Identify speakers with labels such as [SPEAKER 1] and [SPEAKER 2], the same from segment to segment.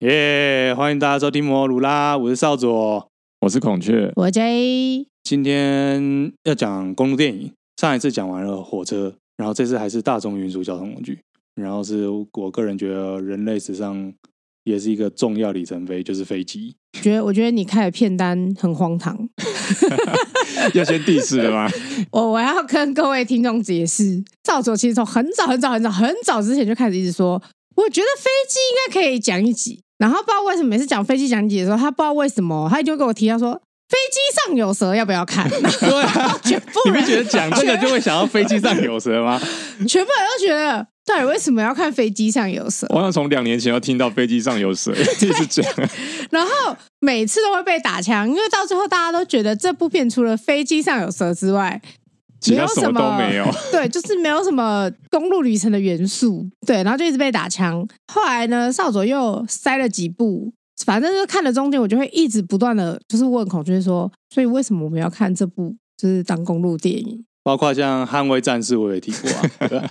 [SPEAKER 1] 耶欢迎大家收听摩鲁拉，我是少佐。
[SPEAKER 2] 我是孔雀，
[SPEAKER 3] 我 J
[SPEAKER 1] 今天要讲公路电影，上一次讲完了火车，然后这次还是大众运输交通工具，然后是我个人觉得人类史上也是一个重要里程碑，就是飞机。
[SPEAKER 3] 觉得，我觉得你开的片单很荒唐。
[SPEAKER 2] 要先 diss 的 吗？
[SPEAKER 3] 我我要跟各位听众解释，赵佐其实从很早很早很早很早之前就开始一直说，我觉得飞机应该可以讲一集。然后不知道为什么每次讲飞机讲解的时候，他不知道为什么他就会跟我提到说，飞机上有蛇要不要看？
[SPEAKER 2] 对 啊，
[SPEAKER 3] 全部
[SPEAKER 2] 你不
[SPEAKER 3] 人
[SPEAKER 2] 觉得讲这个就会想到飞机上有蛇吗？
[SPEAKER 3] 全部人都觉得，到底为什么要看飞机上有蛇？
[SPEAKER 2] 我好像从两年前要听到飞机上有 蛇，一直讲。
[SPEAKER 3] 然后每次都会被打枪，因为到最后大家都觉得这部片除了飞机上有蛇之外，
[SPEAKER 2] 其他什么都没有。
[SPEAKER 3] 对，就是没有什么公路旅程的元素，对，然后就一直被打枪。后来呢，少佐又塞了几部，反正就是看了中间，我就会一直不断的就是问孔雀说，所以为什么我们要看这部就是当公路电影？
[SPEAKER 1] 包括像《捍卫战士》，我也提过啊。对吧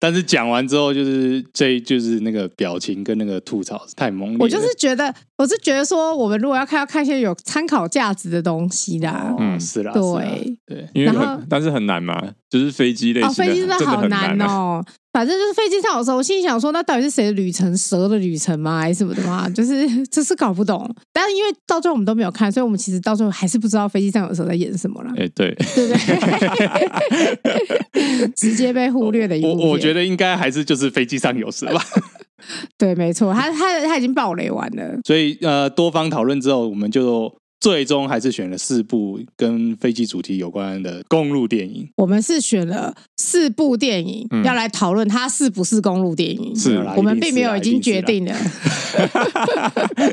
[SPEAKER 1] 但是讲完之后，就是这就是那个表情跟那个吐槽太猛烈了。
[SPEAKER 3] 我就是觉得，我是觉得说，我们如果要看，要看一些有参考价值的东西的。
[SPEAKER 1] 哦
[SPEAKER 2] 嗯
[SPEAKER 1] 是啦，
[SPEAKER 3] 啊对
[SPEAKER 1] 是啦对，
[SPEAKER 2] 因为
[SPEAKER 3] 然后
[SPEAKER 2] 很，但是很难嘛，就是飞机类
[SPEAKER 3] 哦，
[SPEAKER 2] 型的，
[SPEAKER 3] 飞机真的好
[SPEAKER 2] 很
[SPEAKER 3] 难
[SPEAKER 2] 啊。
[SPEAKER 3] 哦。反正就是飞机上有时候，我心里想说，那到底是谁的旅程？蛇的旅程吗？还是什么的吗？就是这是搞不懂。但是因为到最后我们都没有看，所以我们其实到最后还是不知道飞机上有蛇在演什么了，
[SPEAKER 2] 哎、对，
[SPEAKER 3] 对不对？ 直接被忽略的一部
[SPEAKER 1] 我
[SPEAKER 3] 片
[SPEAKER 1] 我觉得应该还是就是飞机上有蛇 吧。
[SPEAKER 3] 对，没错，他他他已经暴雷完了。
[SPEAKER 1] 所以呃，多方讨论之后，我们就最终还是选了四部跟飞机主题有关的公路电影。
[SPEAKER 3] 我们是选了四部电影、
[SPEAKER 2] 嗯
[SPEAKER 3] 要来讨论它是不是公路电影，
[SPEAKER 2] 是
[SPEAKER 1] 没有啦
[SPEAKER 3] 我们
[SPEAKER 1] 一定
[SPEAKER 3] 并
[SPEAKER 1] 是
[SPEAKER 3] 没有
[SPEAKER 1] 啦
[SPEAKER 3] 已经
[SPEAKER 1] 一
[SPEAKER 3] 决
[SPEAKER 1] 是啦
[SPEAKER 3] 定了。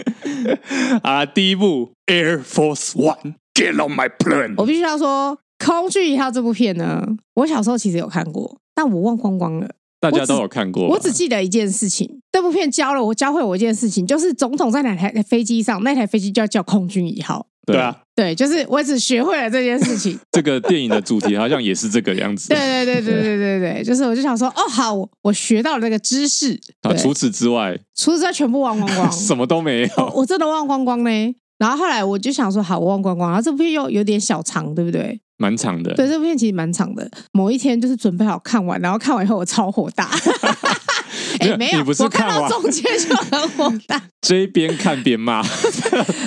[SPEAKER 1] 啊，第一部 Air Force One。Get on my plane！
[SPEAKER 3] 我必须要说，《空军一号》这部片呢，我小时候其实有看过，但我忘光光了。
[SPEAKER 2] 大家都有看过吧
[SPEAKER 3] 我只记得一件事情，这部片教了我，教会我一件事情，就是总统在哪台飞机上，那台飞机就要叫空军一号。
[SPEAKER 1] 对啊，
[SPEAKER 3] 对，就是我只学会了这件事情。
[SPEAKER 2] 这个电影的主题好像也是这个样子。
[SPEAKER 3] 对对对对对对对，就是我就想说，哦，好，我我学到了这个知识。
[SPEAKER 2] 啊，
[SPEAKER 3] 对，哦
[SPEAKER 2] 除此之外
[SPEAKER 3] 除此之外全部忘光光，
[SPEAKER 2] 什么都没有。
[SPEAKER 3] 我我真的忘光光呢。然后后来我就想说，好，我忘光光。然后这部片又有点小长，对不对？
[SPEAKER 2] 蛮长的。
[SPEAKER 3] 对，这部片其实蛮长的。某一天就是准备好看完，然后看完以后我超火 大。哎、
[SPEAKER 2] 没有
[SPEAKER 3] 没有，
[SPEAKER 2] 你不是
[SPEAKER 3] 我看
[SPEAKER 2] 看
[SPEAKER 3] 到
[SPEAKER 2] 完
[SPEAKER 3] 中间就很火 大，
[SPEAKER 2] 这边看 边骂，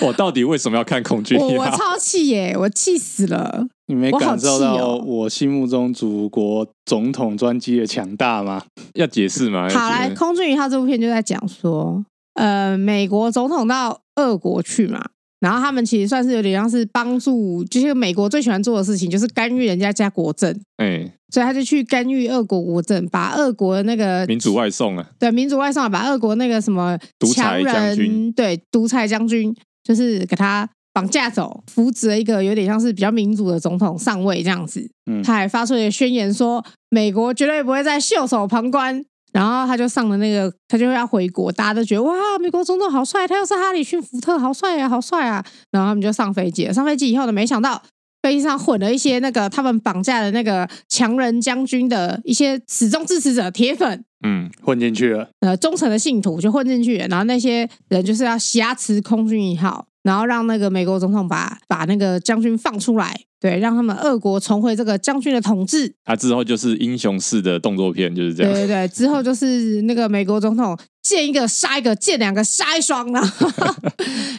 [SPEAKER 2] 我到底为什么要看恐惧
[SPEAKER 3] 我
[SPEAKER 2] 一
[SPEAKER 3] 我
[SPEAKER 2] 号？
[SPEAKER 3] 超气耶、我气死了。
[SPEAKER 1] 你没
[SPEAKER 3] 我好
[SPEAKER 1] 感受
[SPEAKER 3] 气
[SPEAKER 1] 到
[SPEAKER 3] 哦
[SPEAKER 1] 我心目中祖国总统专机的强大吗？
[SPEAKER 2] 要解释吗？
[SPEAKER 3] 好，
[SPEAKER 2] 要
[SPEAKER 3] 来，
[SPEAKER 2] 解
[SPEAKER 3] 《
[SPEAKER 2] 释
[SPEAKER 3] 空军一号》这部片就在讲说，呃，美国总统到俄国去嘛，然后他们其实算是有点像是帮助，就是美国最喜欢做的事情，就是干预人家家国政，
[SPEAKER 2] 哎、
[SPEAKER 3] 所以他就去干预俄国国政，把俄国的那个
[SPEAKER 2] 民主外送啊，
[SPEAKER 3] 对民主外送，把俄国那个什么
[SPEAKER 2] 独
[SPEAKER 3] 强
[SPEAKER 2] 裁
[SPEAKER 3] 人，
[SPEAKER 2] 将军
[SPEAKER 3] 对独裁将军，就是给他绑架走，扶植了一个有点像是比较民主的总统上位这样子。
[SPEAKER 1] 嗯
[SPEAKER 3] 他还发出了宣言说，美国绝对不会再袖手旁观。然后他就上了那个，他就要回国，大家都觉得哇，美国总统好帅，他又是哈里逊福特，好帅啊，好帅啊！然后他们就上飞机了。上飞机以后呢，没想到飞机上混了一些那个他们绑架的那个强人将军的一些始终支持者、铁粉，
[SPEAKER 2] 嗯，
[SPEAKER 1] 混进去了，
[SPEAKER 3] 呃忠诚的信徒就混进去了，然后那些人就是要挟持空军一号，然后让那个美国总统把把那个将军放出来，对，让他们俄国重回这个将军的统治。
[SPEAKER 2] 他、之后就是英雄式的动作片，就是这
[SPEAKER 3] 对
[SPEAKER 2] 样。
[SPEAKER 3] 对对，之后就是那个美国总统见一个杀一个，见两个杀一双， 然后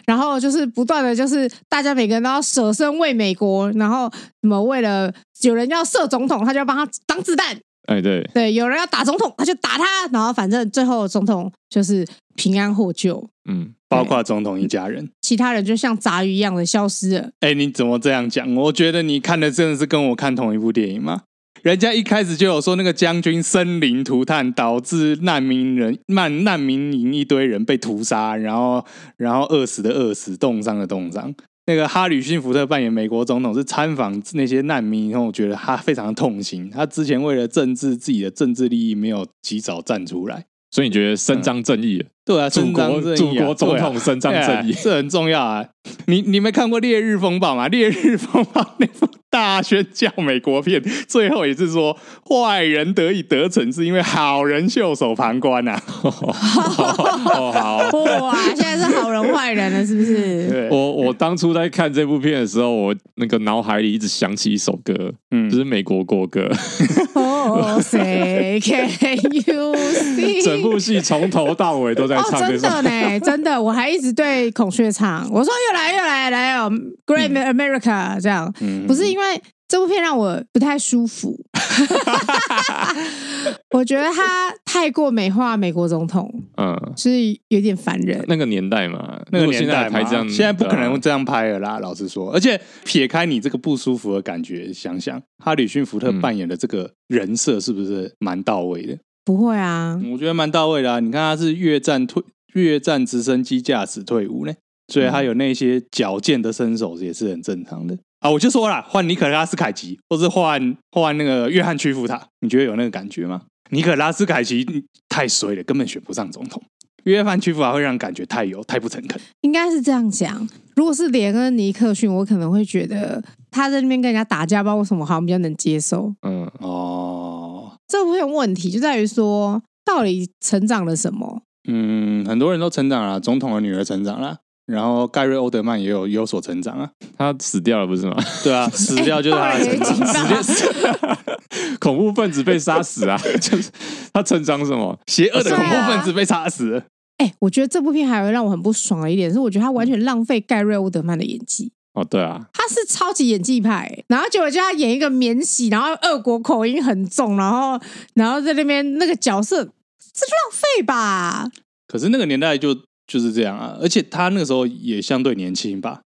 [SPEAKER 3] 然后就是不断的就是大家每个人都要舍身为美国，然后什么为了有人要射总统，他就要帮他挡子弹，
[SPEAKER 2] 哎、对，
[SPEAKER 3] 对，有人要打总统，他就打他，然后反正最后总统就是平安获救。
[SPEAKER 2] 嗯，
[SPEAKER 1] 包括总统一家人。
[SPEAKER 3] 其他人就像杂鱼一样的消失了。
[SPEAKER 1] 哎、你怎么这样讲？我觉得你看的真的是跟我看同一部电影吗？人家一开始就有说那个将军生灵涂炭，导致难民人难难民营一堆人被屠杀，然后然后饿死的饿死，冻伤的冻伤。那个哈里逊福特扮演美国总统是参访那些难民以后，我觉得他非常的痛心。他之前为了政治自己的政治利益没有及早站出来，
[SPEAKER 2] 所以你觉得伸张正义，
[SPEAKER 1] 对啊，
[SPEAKER 2] 祖
[SPEAKER 1] 伸张
[SPEAKER 2] 国
[SPEAKER 1] 正义啊
[SPEAKER 2] 祖国总
[SPEAKER 1] 对啊
[SPEAKER 2] 统伸张正义
[SPEAKER 1] 哎，这很重要啊！你你没看过《烈日风暴》吗？《烈日风暴》那部大宣教美国片，最后也是说坏人得以得逞，是因为好人袖手旁观啊。
[SPEAKER 2] 哦，好。
[SPEAKER 3] 哇，现在是好人坏人了，是不是？
[SPEAKER 1] 对，
[SPEAKER 2] 我我当初在看这部片的时候，我那个脑海里一直想起一首歌，
[SPEAKER 1] 嗯
[SPEAKER 2] 就是美国国 歌。
[SPEAKER 3] 哦，谁 can you see？
[SPEAKER 2] 整部戏从头到尾都在
[SPEAKER 3] 哦，
[SPEAKER 2] 唱这
[SPEAKER 3] 真
[SPEAKER 2] 首。
[SPEAKER 3] 的 呢，真的，我还一直对孔雀唱，我说哦又来又来来哦，Great
[SPEAKER 2] 嗯
[SPEAKER 3] America、这样，
[SPEAKER 1] 嗯
[SPEAKER 3] 不是因为这部片让我不太舒 服，我觉得他太过美化美国总统，
[SPEAKER 2] 嗯，
[SPEAKER 3] 就是有点烦人。
[SPEAKER 2] 那个年代嘛，
[SPEAKER 1] 那个
[SPEAKER 2] 如果
[SPEAKER 1] 年
[SPEAKER 2] 现在
[SPEAKER 1] 代
[SPEAKER 2] 还
[SPEAKER 1] 嘛
[SPEAKER 2] 这样，
[SPEAKER 1] 现在不可
[SPEAKER 2] 对
[SPEAKER 1] 能
[SPEAKER 2] 啊。
[SPEAKER 1] 这样拍了啦。老实说，而且撇开你这个不舒服的感觉，想想哈里逊福特
[SPEAKER 2] 嗯
[SPEAKER 1] 扮演的这个人设是不是蛮到位的？
[SPEAKER 3] 不会啊，
[SPEAKER 1] 我觉得蛮到位的啊！你看他是越战退越战直升机驾驶退伍呢，所以他有那些矫健的身手也是很正常的啊。我就说啦，换尼可拉斯凯奇，或是换换那个约翰屈服塔，你觉得有那个感觉吗？尼可拉斯凯奇嗯太衰了，根本选不上总统。约翰屈服塔会让人感觉太油、太不诚恳。
[SPEAKER 3] 应该是这样讲。如果是连恩尼克逊，我可能会觉得他在那边跟人家打架，不知道为什么好像比较能接受。
[SPEAKER 2] 嗯，
[SPEAKER 1] 哦，
[SPEAKER 3] 这部片问题就在于说，到底成长了什么？
[SPEAKER 1] 嗯，很多人都成长了，总统的女儿成长了。然后盖瑞·欧德曼也有有所成长啊，
[SPEAKER 2] 他死掉了不是吗？
[SPEAKER 1] 对啊，死掉就是他的成长，
[SPEAKER 3] 哎爆雷
[SPEAKER 1] 死掉
[SPEAKER 2] 恐怖分子被杀死啊， 就是他成长什么？
[SPEAKER 1] 邪恶的恐怖
[SPEAKER 3] 对啊
[SPEAKER 1] 分子被杀死了，
[SPEAKER 3] 哎、我觉得这部片还有让我很不爽的一点是，我觉得他完全浪费盖瑞·欧德曼的演技。
[SPEAKER 2] 哦，对啊，
[SPEAKER 3] 他是超级演技派、然后结果就他演一个免洗，然后俄国口音很重，然后然后在那边那个角色，这就浪费吧。
[SPEAKER 1] 可是那个年代就就是这样啊，而且他那个时候也相对年轻吧。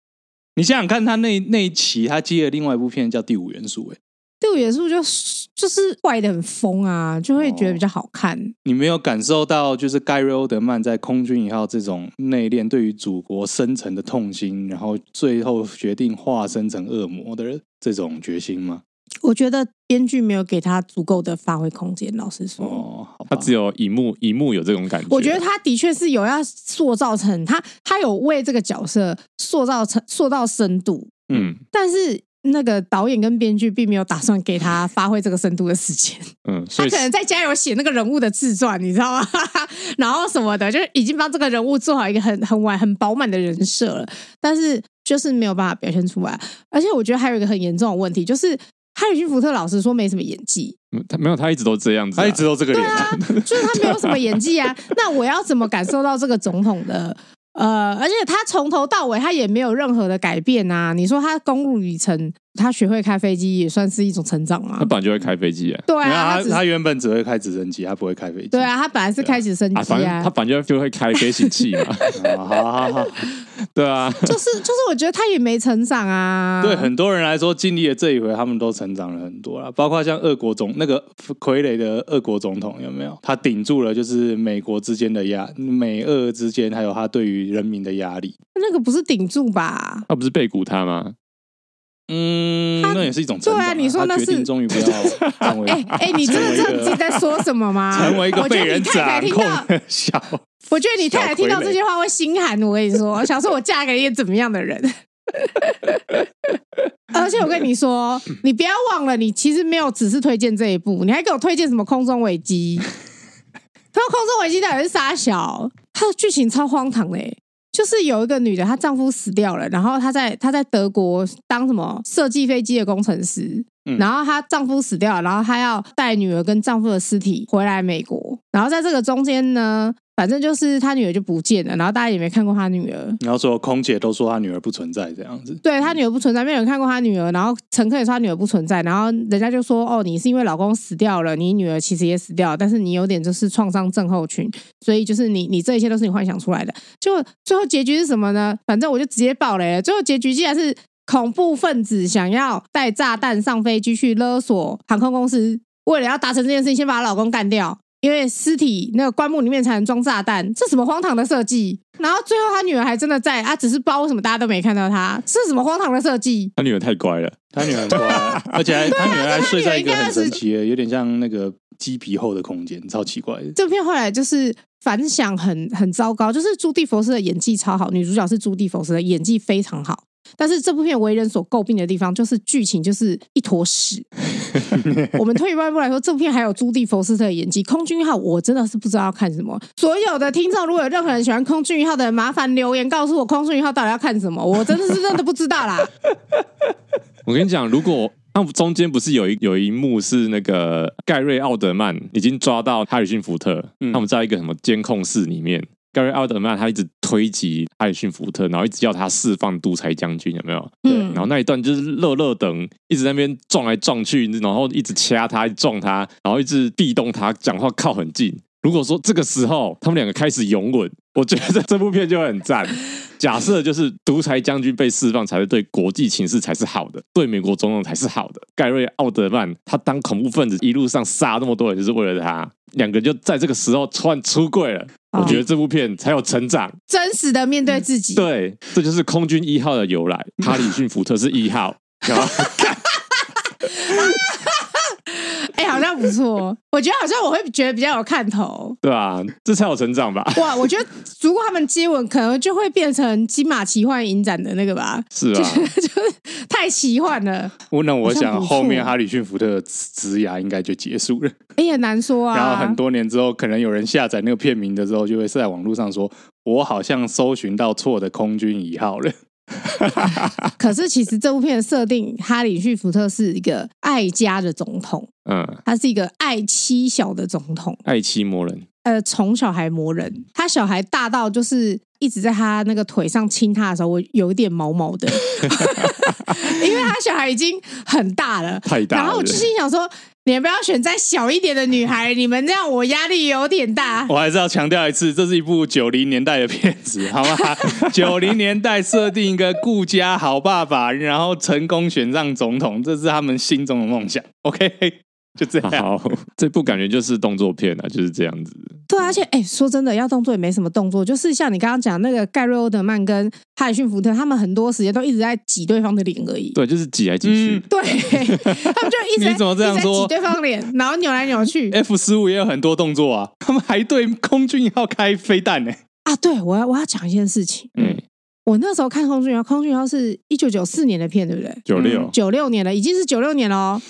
[SPEAKER 1] 你想想看，他那那一期他接了另外一部片叫《第五元素》，哎，
[SPEAKER 3] 第五元素就是就是怪的很疯啊，就会觉得比较好看。
[SPEAKER 1] 你没有感受到就是盖瑞·欧德曼在《空军一号》这种内敛对于祖国深层的痛心，然后最后决定化身成恶魔的这种决心吗？
[SPEAKER 3] 我觉得编剧没有给他足够的发挥空间，老实说。
[SPEAKER 1] 哦，好吧
[SPEAKER 2] 他只有一幕一幕有这种感觉。
[SPEAKER 3] 我觉得他的确是有要塑造成他，他有为这个角色塑造成塑造深度，
[SPEAKER 2] 嗯
[SPEAKER 3] 但是那个导演跟编剧并没有打算给他发挥这个深度的时间。
[SPEAKER 2] 嗯，所
[SPEAKER 3] 他
[SPEAKER 2] 以
[SPEAKER 3] 可能在家有写那个人物的自传，你知道吗？ 然后什么的，就是已经帮这个人物做好一个很很完很饱满的人设了，但是就是没有办法表现出来。而且我觉得还有一个很严重的问题，就是哈里逊福特老实说没什么演技，
[SPEAKER 2] 嗯他没有，他一直都这样子啊，
[SPEAKER 1] 他一直都这个脸、啊，
[SPEAKER 3] 就是他没有什么演 技啊。那我要怎么感受到这个总统的？呃，而且他从头到尾他也没有任何的改变啊。你说他公路旅程，他学会开飞机也算是一种成长嘛
[SPEAKER 2] 他？本来就会开飞机啊，
[SPEAKER 3] 对
[SPEAKER 1] 呃没有
[SPEAKER 3] 啊，
[SPEAKER 1] 他
[SPEAKER 3] 他只
[SPEAKER 1] 他
[SPEAKER 3] 是
[SPEAKER 1] 原本只会开直升机，他不会开飞机。
[SPEAKER 3] 对啊，他本来是开始升
[SPEAKER 2] 啊，
[SPEAKER 3] 级
[SPEAKER 2] 反正
[SPEAKER 3] 啊
[SPEAKER 2] 他，反正就会开飞行 器嘛，
[SPEAKER 1] 哦，好好好。
[SPEAKER 2] 对啊，
[SPEAKER 3] 就是就是，我觉得他也没成长啊。
[SPEAKER 1] 对很多人来说，经历了这一回，他们都成长了很多啦。包括像俄国总那个傀儡的俄国总统，有没有？他顶住了就是美国之间的压，美俄之间，还有他对于人民的压力。
[SPEAKER 3] 那个不是顶住 吧？
[SPEAKER 2] 他不是背骨他吗？
[SPEAKER 1] 嗯，那也是一种成长、
[SPEAKER 3] 对啊你说
[SPEAKER 1] 他
[SPEAKER 3] 那
[SPEAKER 1] 决定
[SPEAKER 3] 是
[SPEAKER 1] 终于不要成为
[SPEAKER 3] 哎、哎、你真的知道你自己在说什么吗？
[SPEAKER 1] 成 为一个
[SPEAKER 3] 我觉
[SPEAKER 1] 被
[SPEAKER 3] 得
[SPEAKER 1] 人
[SPEAKER 3] 你太太
[SPEAKER 1] 掌
[SPEAKER 3] 听
[SPEAKER 1] 控
[SPEAKER 3] 到，
[SPEAKER 1] 的小。
[SPEAKER 3] 我觉得你太太听到
[SPEAKER 1] 小傀儡
[SPEAKER 3] 这些话会心寒。我跟你说，想说我嫁给一个怎么样的人？而且我跟你说，你不要忘了，你其实没有只是推荐这一部，你还给我推荐什么空中危机？ 他说空中危机到底是啥小？他的剧情超荒唐的、欸，就是有一个女的，她丈夫死掉了，然后她在她在德国当什么设计飞机的工程师，
[SPEAKER 1] 嗯
[SPEAKER 3] 然后她丈夫死掉了，然后她要带女儿跟丈夫的尸体回来美国，然后在这个中间呢，反正就是她女儿就不见了，然后大家也没看过她女儿。
[SPEAKER 1] 然后所有空姐都说他女儿不存在这样子。
[SPEAKER 3] 对她女儿不存在，没有人看过她女儿，然后乘客也说她女儿不存在，然后人家就说哦，你是因为老公死掉了，你女儿其实也死掉了，但是你有点就是创伤症候群，所以就是你你这一切都是你幻想出来的。就最后结局是什么呢？反正我就直接爆雷了。最后结局竟然是恐怖分子想要带炸弹上飞机去勒索航空公司，为了要达成这件事情，先把她老公干掉。因为尸体那个棺木里面才能装炸弹，这什么荒唐的设计？然后最后他女儿还真的在，啊，只是不知道为什么大家都没看到他，是什么荒唐的设计？
[SPEAKER 2] 他女儿太乖了，
[SPEAKER 1] 他女儿 很乖，而且还他女儿还睡在一个
[SPEAKER 3] 他女儿应该
[SPEAKER 1] 很
[SPEAKER 3] 二十
[SPEAKER 1] 神奇的，有点像那个鸡皮厚的空间，超奇怪的。
[SPEAKER 3] 这片后来就是反响很很糟糕，就是朱蒂佛斯的演技超好，女主角是朱蒂佛斯的演技非常好。但是这部片为人所诟病的地方，就是剧情就是一坨屎。我们退一万步来说，这部片还有朱蒂佛斯特的演技，空军一号我真的是不知道要看什么。所有的听众如果有任何人喜欢空军一号的人，麻烦留言告诉我空军一号到底要看什么，我真的是真的不知道啦。
[SPEAKER 2] 我跟你讲，如果那中间不是有一有一幕是那个盖瑞奥德曼已经抓到哈里逊福特，
[SPEAKER 1] 嗯
[SPEAKER 2] 他们在一个什么监控室里面，盖瑞奥德曼他一直推挤哈里逊福特，然后一直要他释放独裁将军，有没有？
[SPEAKER 3] 嗯
[SPEAKER 2] 然，后那一段就是乐乐等一直在那边撞来撞去，然后一直掐他，一直撞他，然后一直壁咚他，讲话靠很近。如果说这个时候他们两个开始拥吻，我觉得这 部片就会很赞。假设就是独裁将军被释放，才是对国际情势才是好的，对美国总统才是好的。盖瑞奥德曼他当恐怖分子一路上杀那么多人，就是为了他。两个就在这个时候突然出柜了，我觉得这部片才有成长。
[SPEAKER 3] 真实的面对自己。
[SPEAKER 2] 对，这就是空军一号的由来。哈里逊福特是一号，然后
[SPEAKER 3] 哎、好像不错，我觉得好像我会觉得比较有看头。
[SPEAKER 2] 对吧、这才有成长吧？
[SPEAKER 3] 哇，我觉得如果他们接吻，可能就会变成金马奇幻影展的那个吧，
[SPEAKER 2] 是
[SPEAKER 3] 就
[SPEAKER 2] 啊，
[SPEAKER 3] 是就是太奇幻了，
[SPEAKER 1] 我 那我
[SPEAKER 3] 好像
[SPEAKER 1] 想
[SPEAKER 3] 不错
[SPEAKER 1] 后面哈里逊福特的职涯应该就结束了，
[SPEAKER 3] 哎、也难说啊。
[SPEAKER 1] 然后很多年之后，可能有人下载那个片名的时候，就会在网络上说：“我好像搜寻到错的空军一号 了。
[SPEAKER 3] 可是其实这部片的设定，哈里逊福特是一个爱家的总统，
[SPEAKER 2] 嗯，
[SPEAKER 3] 他是一个爱妻小的总统，
[SPEAKER 2] 爱妻魔人，
[SPEAKER 3] 呃，宠小孩磨人，他小孩大到就是。一直在他那个腿上亲他的时候，我有一点毛 毛的，因为他小孩已经很大了，
[SPEAKER 2] 太大了。
[SPEAKER 3] 然后我就心想说，你们不要选再小一点的女孩，你们这样我压力有点大”。
[SPEAKER 1] 我还是要强调一次，这是一部九零年代的片子，好 吗？九零年代设定一个顾家好爸爸，然后成功选上总统，这是他们心中的梦想。OK，就 这样。
[SPEAKER 2] 好，这部感觉就是动作片啊，就是这样子。
[SPEAKER 3] 对啊，而且哎、说真的，要动作也没什么动作，就是像你刚刚讲那个盖瑞欧德曼跟哈里逊福特，他们很多时间都一直在挤对方的脸 而已。
[SPEAKER 2] 对，就是挤来挤去。
[SPEAKER 1] 嗯
[SPEAKER 3] 对，他们就一直 在
[SPEAKER 1] 你怎么这样
[SPEAKER 3] 一直在
[SPEAKER 1] 说
[SPEAKER 3] 挤对方脸，然后扭来 扭去。
[SPEAKER 1] F 十五也有很多动作啊，他们还对空军一号开飞弹呢、
[SPEAKER 3] 啊，对我要我要讲一件事情，
[SPEAKER 2] 嗯，
[SPEAKER 3] 我那时候看空军号，空军号是一九九四年的片，对不对？
[SPEAKER 2] 九六
[SPEAKER 3] 九六年了，已经是九六年了哦。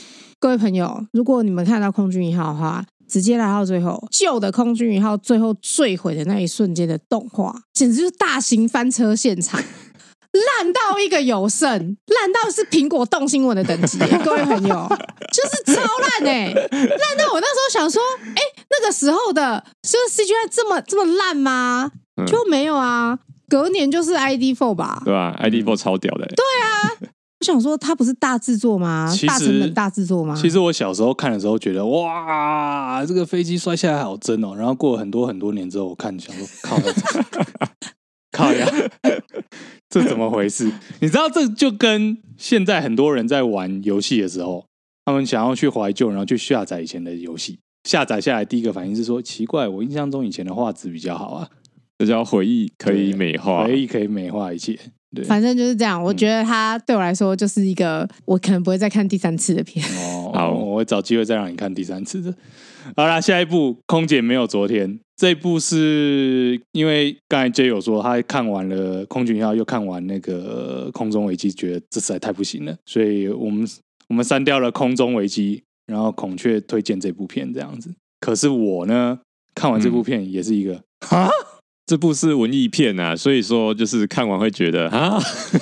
[SPEAKER 3] 各位朋友，如果你们看到空军一号的话，直接来到最后，旧的空军一号最后坠毁的那一瞬间的动画，简直就是大型翻车现场，烂到一个有剩，烂到是苹果动新闻的等级耶。各位朋友，就是超烂哎、烂到我那时候想说，哎、那个时候的就是 CGI 这么这么烂吗
[SPEAKER 2] 嗯？
[SPEAKER 3] 就没有啊，隔年就是 ID Four 吧。
[SPEAKER 2] 对吧？ID Four 超屌的、欸。对，
[SPEAKER 3] 我想说，它不是大制作吗
[SPEAKER 1] 其？实
[SPEAKER 3] 大成本大制作吗？
[SPEAKER 1] 其实我小时候看的时候觉得，哇，这个飞机摔下来好真哦。然后过了很多很多年之后，我看想说，靠 呀，靠呀， 这怎么回事？你知道，这就跟现在很多人在玩游戏的时候，他们想要去怀旧，然后去下载以前的游戏。下载下来，第一个反应是说：奇怪，我印象中以前的画质比较好啊，
[SPEAKER 2] 这叫回忆可以美化。
[SPEAKER 1] 回忆可以美化一切。对，
[SPEAKER 3] 反正就是这样。
[SPEAKER 1] 嗯
[SPEAKER 3] 我觉得它对我来说就是一个我可能不会再看第三次的片。
[SPEAKER 1] 哦，
[SPEAKER 2] 好
[SPEAKER 1] 我会找机会再让你看第三次的。好啦，下一部《空姐没有昨天》这一部是因为刚才 J 有说他看完了《空军一号》，又看完那个呃《空中危机》，觉得这实在太不行了，所以我们我们删掉了《空中危机》，然后孔雀推荐这部片这样子。可是我呢，看完这部片也是一个啊、
[SPEAKER 2] 这部是文艺片啊，所以说就是看完会觉得啊，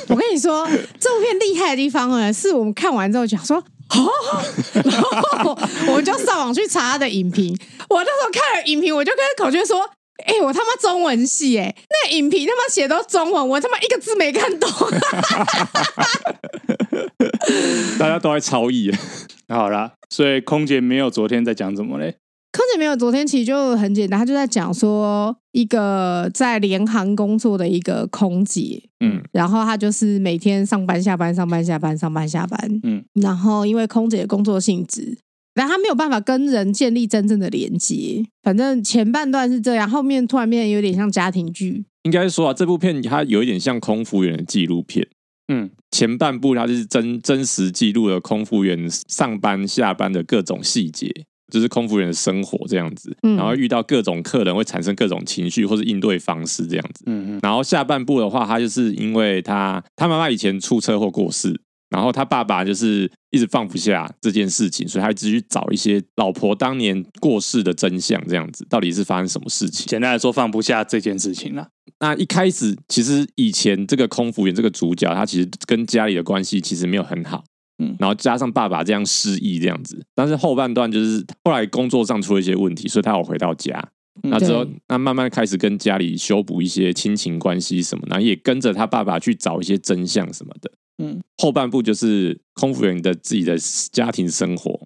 [SPEAKER 3] 我跟 你说，这部片厉害的地方呢，是我们看完之后讲说。哦，然后我们就上网去查他的影评。我那时候看了影评，我就跟口诀说：“哎、我他妈中文系哎、那影评他妈写都中文，我他妈一个字没看懂。
[SPEAKER 2] 大家都在超意。
[SPEAKER 1] 好啦，所以空姐没有昨天在讲什么嘞？
[SPEAKER 3] 柯姐没有，昨天其实就很简单，她就在讲说一个在联航工作的一个空姐，
[SPEAKER 2] 嗯，
[SPEAKER 3] 然后她就是每天上班下班上班下班上班下班，
[SPEAKER 1] 嗯，
[SPEAKER 3] 然后因为空姐的工作性质，但她没有办法跟人建立真正的连接。反正前半段是这样，后面突然变得有点像家庭剧，
[SPEAKER 2] 应该说啊，这部片它有一点像空服员的纪录片。
[SPEAKER 1] 嗯，
[SPEAKER 2] 前半部它是真真实记录了空服员上班下班的各种细节，就是空服员的生活这样子，
[SPEAKER 3] 嗯
[SPEAKER 2] 然后遇到各种客人会产生各种情绪或是应对方式这样子。
[SPEAKER 1] 嗯嗯
[SPEAKER 2] 然后下半部的话，他就是因为他他妈妈以前出车祸过世，然后他爸爸就是一直放不下这件事情，所以他一直去找一些老婆当年过世的真相，这样子到底是发生什么事情？
[SPEAKER 1] 简单来说，放不下这件事情啦。
[SPEAKER 2] 那一开始其实以前这个空服员这个主角，他其实跟家里的关系其实没有很好。
[SPEAKER 1] 嗯
[SPEAKER 2] 然后加上爸爸这样失忆这样子，但是后半段就是后来工作上出了一些问题，所以他有回到家，
[SPEAKER 1] 嗯
[SPEAKER 2] 那之后
[SPEAKER 3] 对，
[SPEAKER 2] 那慢慢开始跟家里修补一些亲情关系什么，然后也跟着他爸爸去找一些真相什么的。
[SPEAKER 1] 嗯，
[SPEAKER 2] 后半部就是空服员的自己的家庭生活，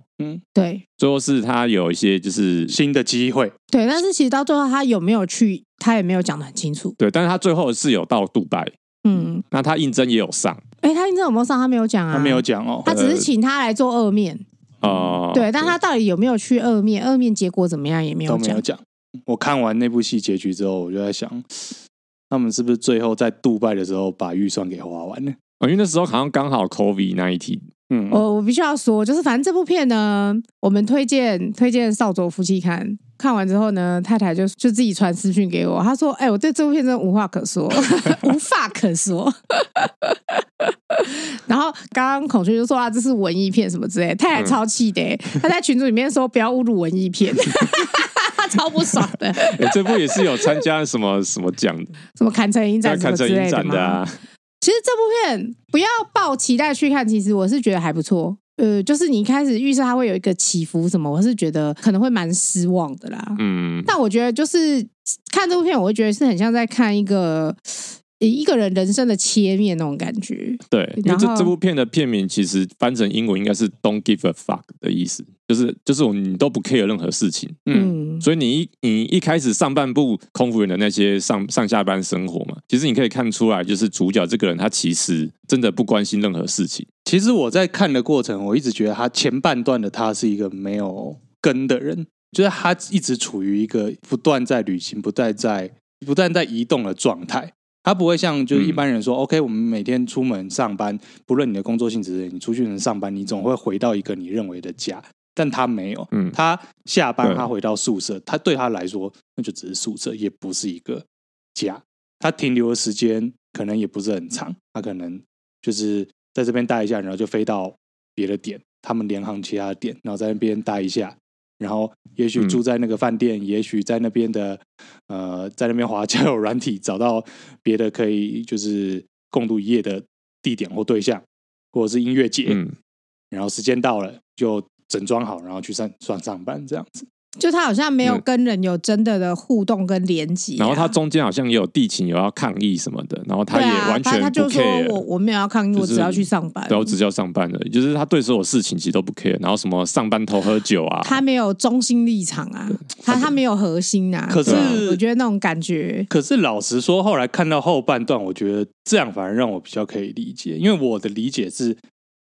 [SPEAKER 3] 对
[SPEAKER 2] 最后是他有一些就是
[SPEAKER 1] 新的机会，
[SPEAKER 3] 对，但是其实到最后他有没有去，他也没有讲的很清楚。
[SPEAKER 2] 对，但是他最后是有到杜拜，
[SPEAKER 3] 嗯，
[SPEAKER 2] 那他应征也有上
[SPEAKER 3] 哎，他应征有没有上？他没有讲啊，
[SPEAKER 1] 他没有，讲哦。
[SPEAKER 3] 他只是请他来做二面。
[SPEAKER 2] 哦、
[SPEAKER 3] 对，但他到底有没有去二面？二面结果怎么样也没有
[SPEAKER 1] 都没
[SPEAKER 3] 讲
[SPEAKER 1] 有。讲。我看完那部戏结局之后，我就在想，他们是不是最后在杜拜的时候把预算给花完了？
[SPEAKER 2] 哦因为那时候好像刚好 COVID 那一题，
[SPEAKER 1] 嗯，
[SPEAKER 3] 我我必须要说，就是反正这部片呢，我们推荐推荐少佐夫妻看。看完之后呢，太太就就自己传私讯给我，她说：“哎、我对这部片真的无话可 说， 无话可说。” 然后刚刚孔雀就说：“啊，这是文艺片什么之类的。”太太超气的、欸，
[SPEAKER 2] 嗯
[SPEAKER 3] 她在群组里面说：“不要侮辱文艺片。” 超不爽的，
[SPEAKER 2] 诶哎这部也是有参加什么 什么奖，
[SPEAKER 3] 什么砍成影展什
[SPEAKER 2] 看
[SPEAKER 3] 么之
[SPEAKER 2] 成
[SPEAKER 3] 类
[SPEAKER 2] 影
[SPEAKER 3] 的
[SPEAKER 2] 展
[SPEAKER 3] 嘛。
[SPEAKER 2] 的啊，
[SPEAKER 3] 其实这部片不要抱期待去看，其实我是觉得还不错。呃，就是你一开始预设它会有一个起伏什么，我是觉得可能会蛮失望的啦。
[SPEAKER 2] 嗯，
[SPEAKER 3] 但我觉得就是看这部片，我会觉得是很像在看一个呃一个人人生的切面那种感觉。
[SPEAKER 2] 对，因为这
[SPEAKER 3] 然后
[SPEAKER 2] 这部片的片名其实翻成英文应该是 “Don't give a fuck” 的意思，就是就是我你都不 care 任何事情，
[SPEAKER 3] 嗯，
[SPEAKER 2] 所以你一你一开始上半部空服员的那些上上下班生活嘛，其实你可以看出来，就是主角这个人他其实真的不关心任何事情，
[SPEAKER 1] 其实我在看的过程，我一直觉得他前半段的他是一个没有根的人，就是他一直处于一个不断在旅行、不断在不断在移动的状态。他不会像就是
[SPEAKER 2] 嗯
[SPEAKER 1] 一般人说、o k 我们每天出门上班，不论你的工作性质，你出去能上班，你总会回到一个你认为的家。但他没有，
[SPEAKER 2] 嗯
[SPEAKER 1] 他下班
[SPEAKER 2] 对
[SPEAKER 1] 他回到宿舍，他对他来说那就只是宿舍，也不是一个家。他停留的时间可能也不是很长，他可能就是在这边待一下，然后就飞到别的点，他们联航其他的点，然后在那边待一下，然后也许
[SPEAKER 2] 嗯
[SPEAKER 1] 住在那个饭店，也许在那边的呃，在那边滑交友软体找到别的可以就是共度一夜的地点或对象，或者是音乐节，
[SPEAKER 2] 嗯，
[SPEAKER 1] 然后时间到了就整装好，然后去上算上班这样子。
[SPEAKER 3] 就他好像没有
[SPEAKER 2] 嗯
[SPEAKER 3] 跟人有真的的互动跟连接啊、
[SPEAKER 2] 然后他中间好像也有地勤有要抗议什么的，然后他
[SPEAKER 3] 对
[SPEAKER 2] 也
[SPEAKER 3] 啊
[SPEAKER 2] 完
[SPEAKER 3] 反正
[SPEAKER 2] 全
[SPEAKER 3] 他
[SPEAKER 2] 不
[SPEAKER 3] 就说我
[SPEAKER 2] care。
[SPEAKER 3] 我没有要抗议，
[SPEAKER 2] 就是
[SPEAKER 3] 我只要去上班。
[SPEAKER 2] 对，我只是要上班而已，就是他对所有事情其实都不 care，然后什么上班偷喝酒啊，
[SPEAKER 3] 他没有中心立场啊，他他没有核心啊。
[SPEAKER 1] 可是
[SPEAKER 3] 对我觉得那种感觉，
[SPEAKER 1] 可是老实说，后来看到后半段，我觉得这样反而让我比较可以理解，因为我的理解是，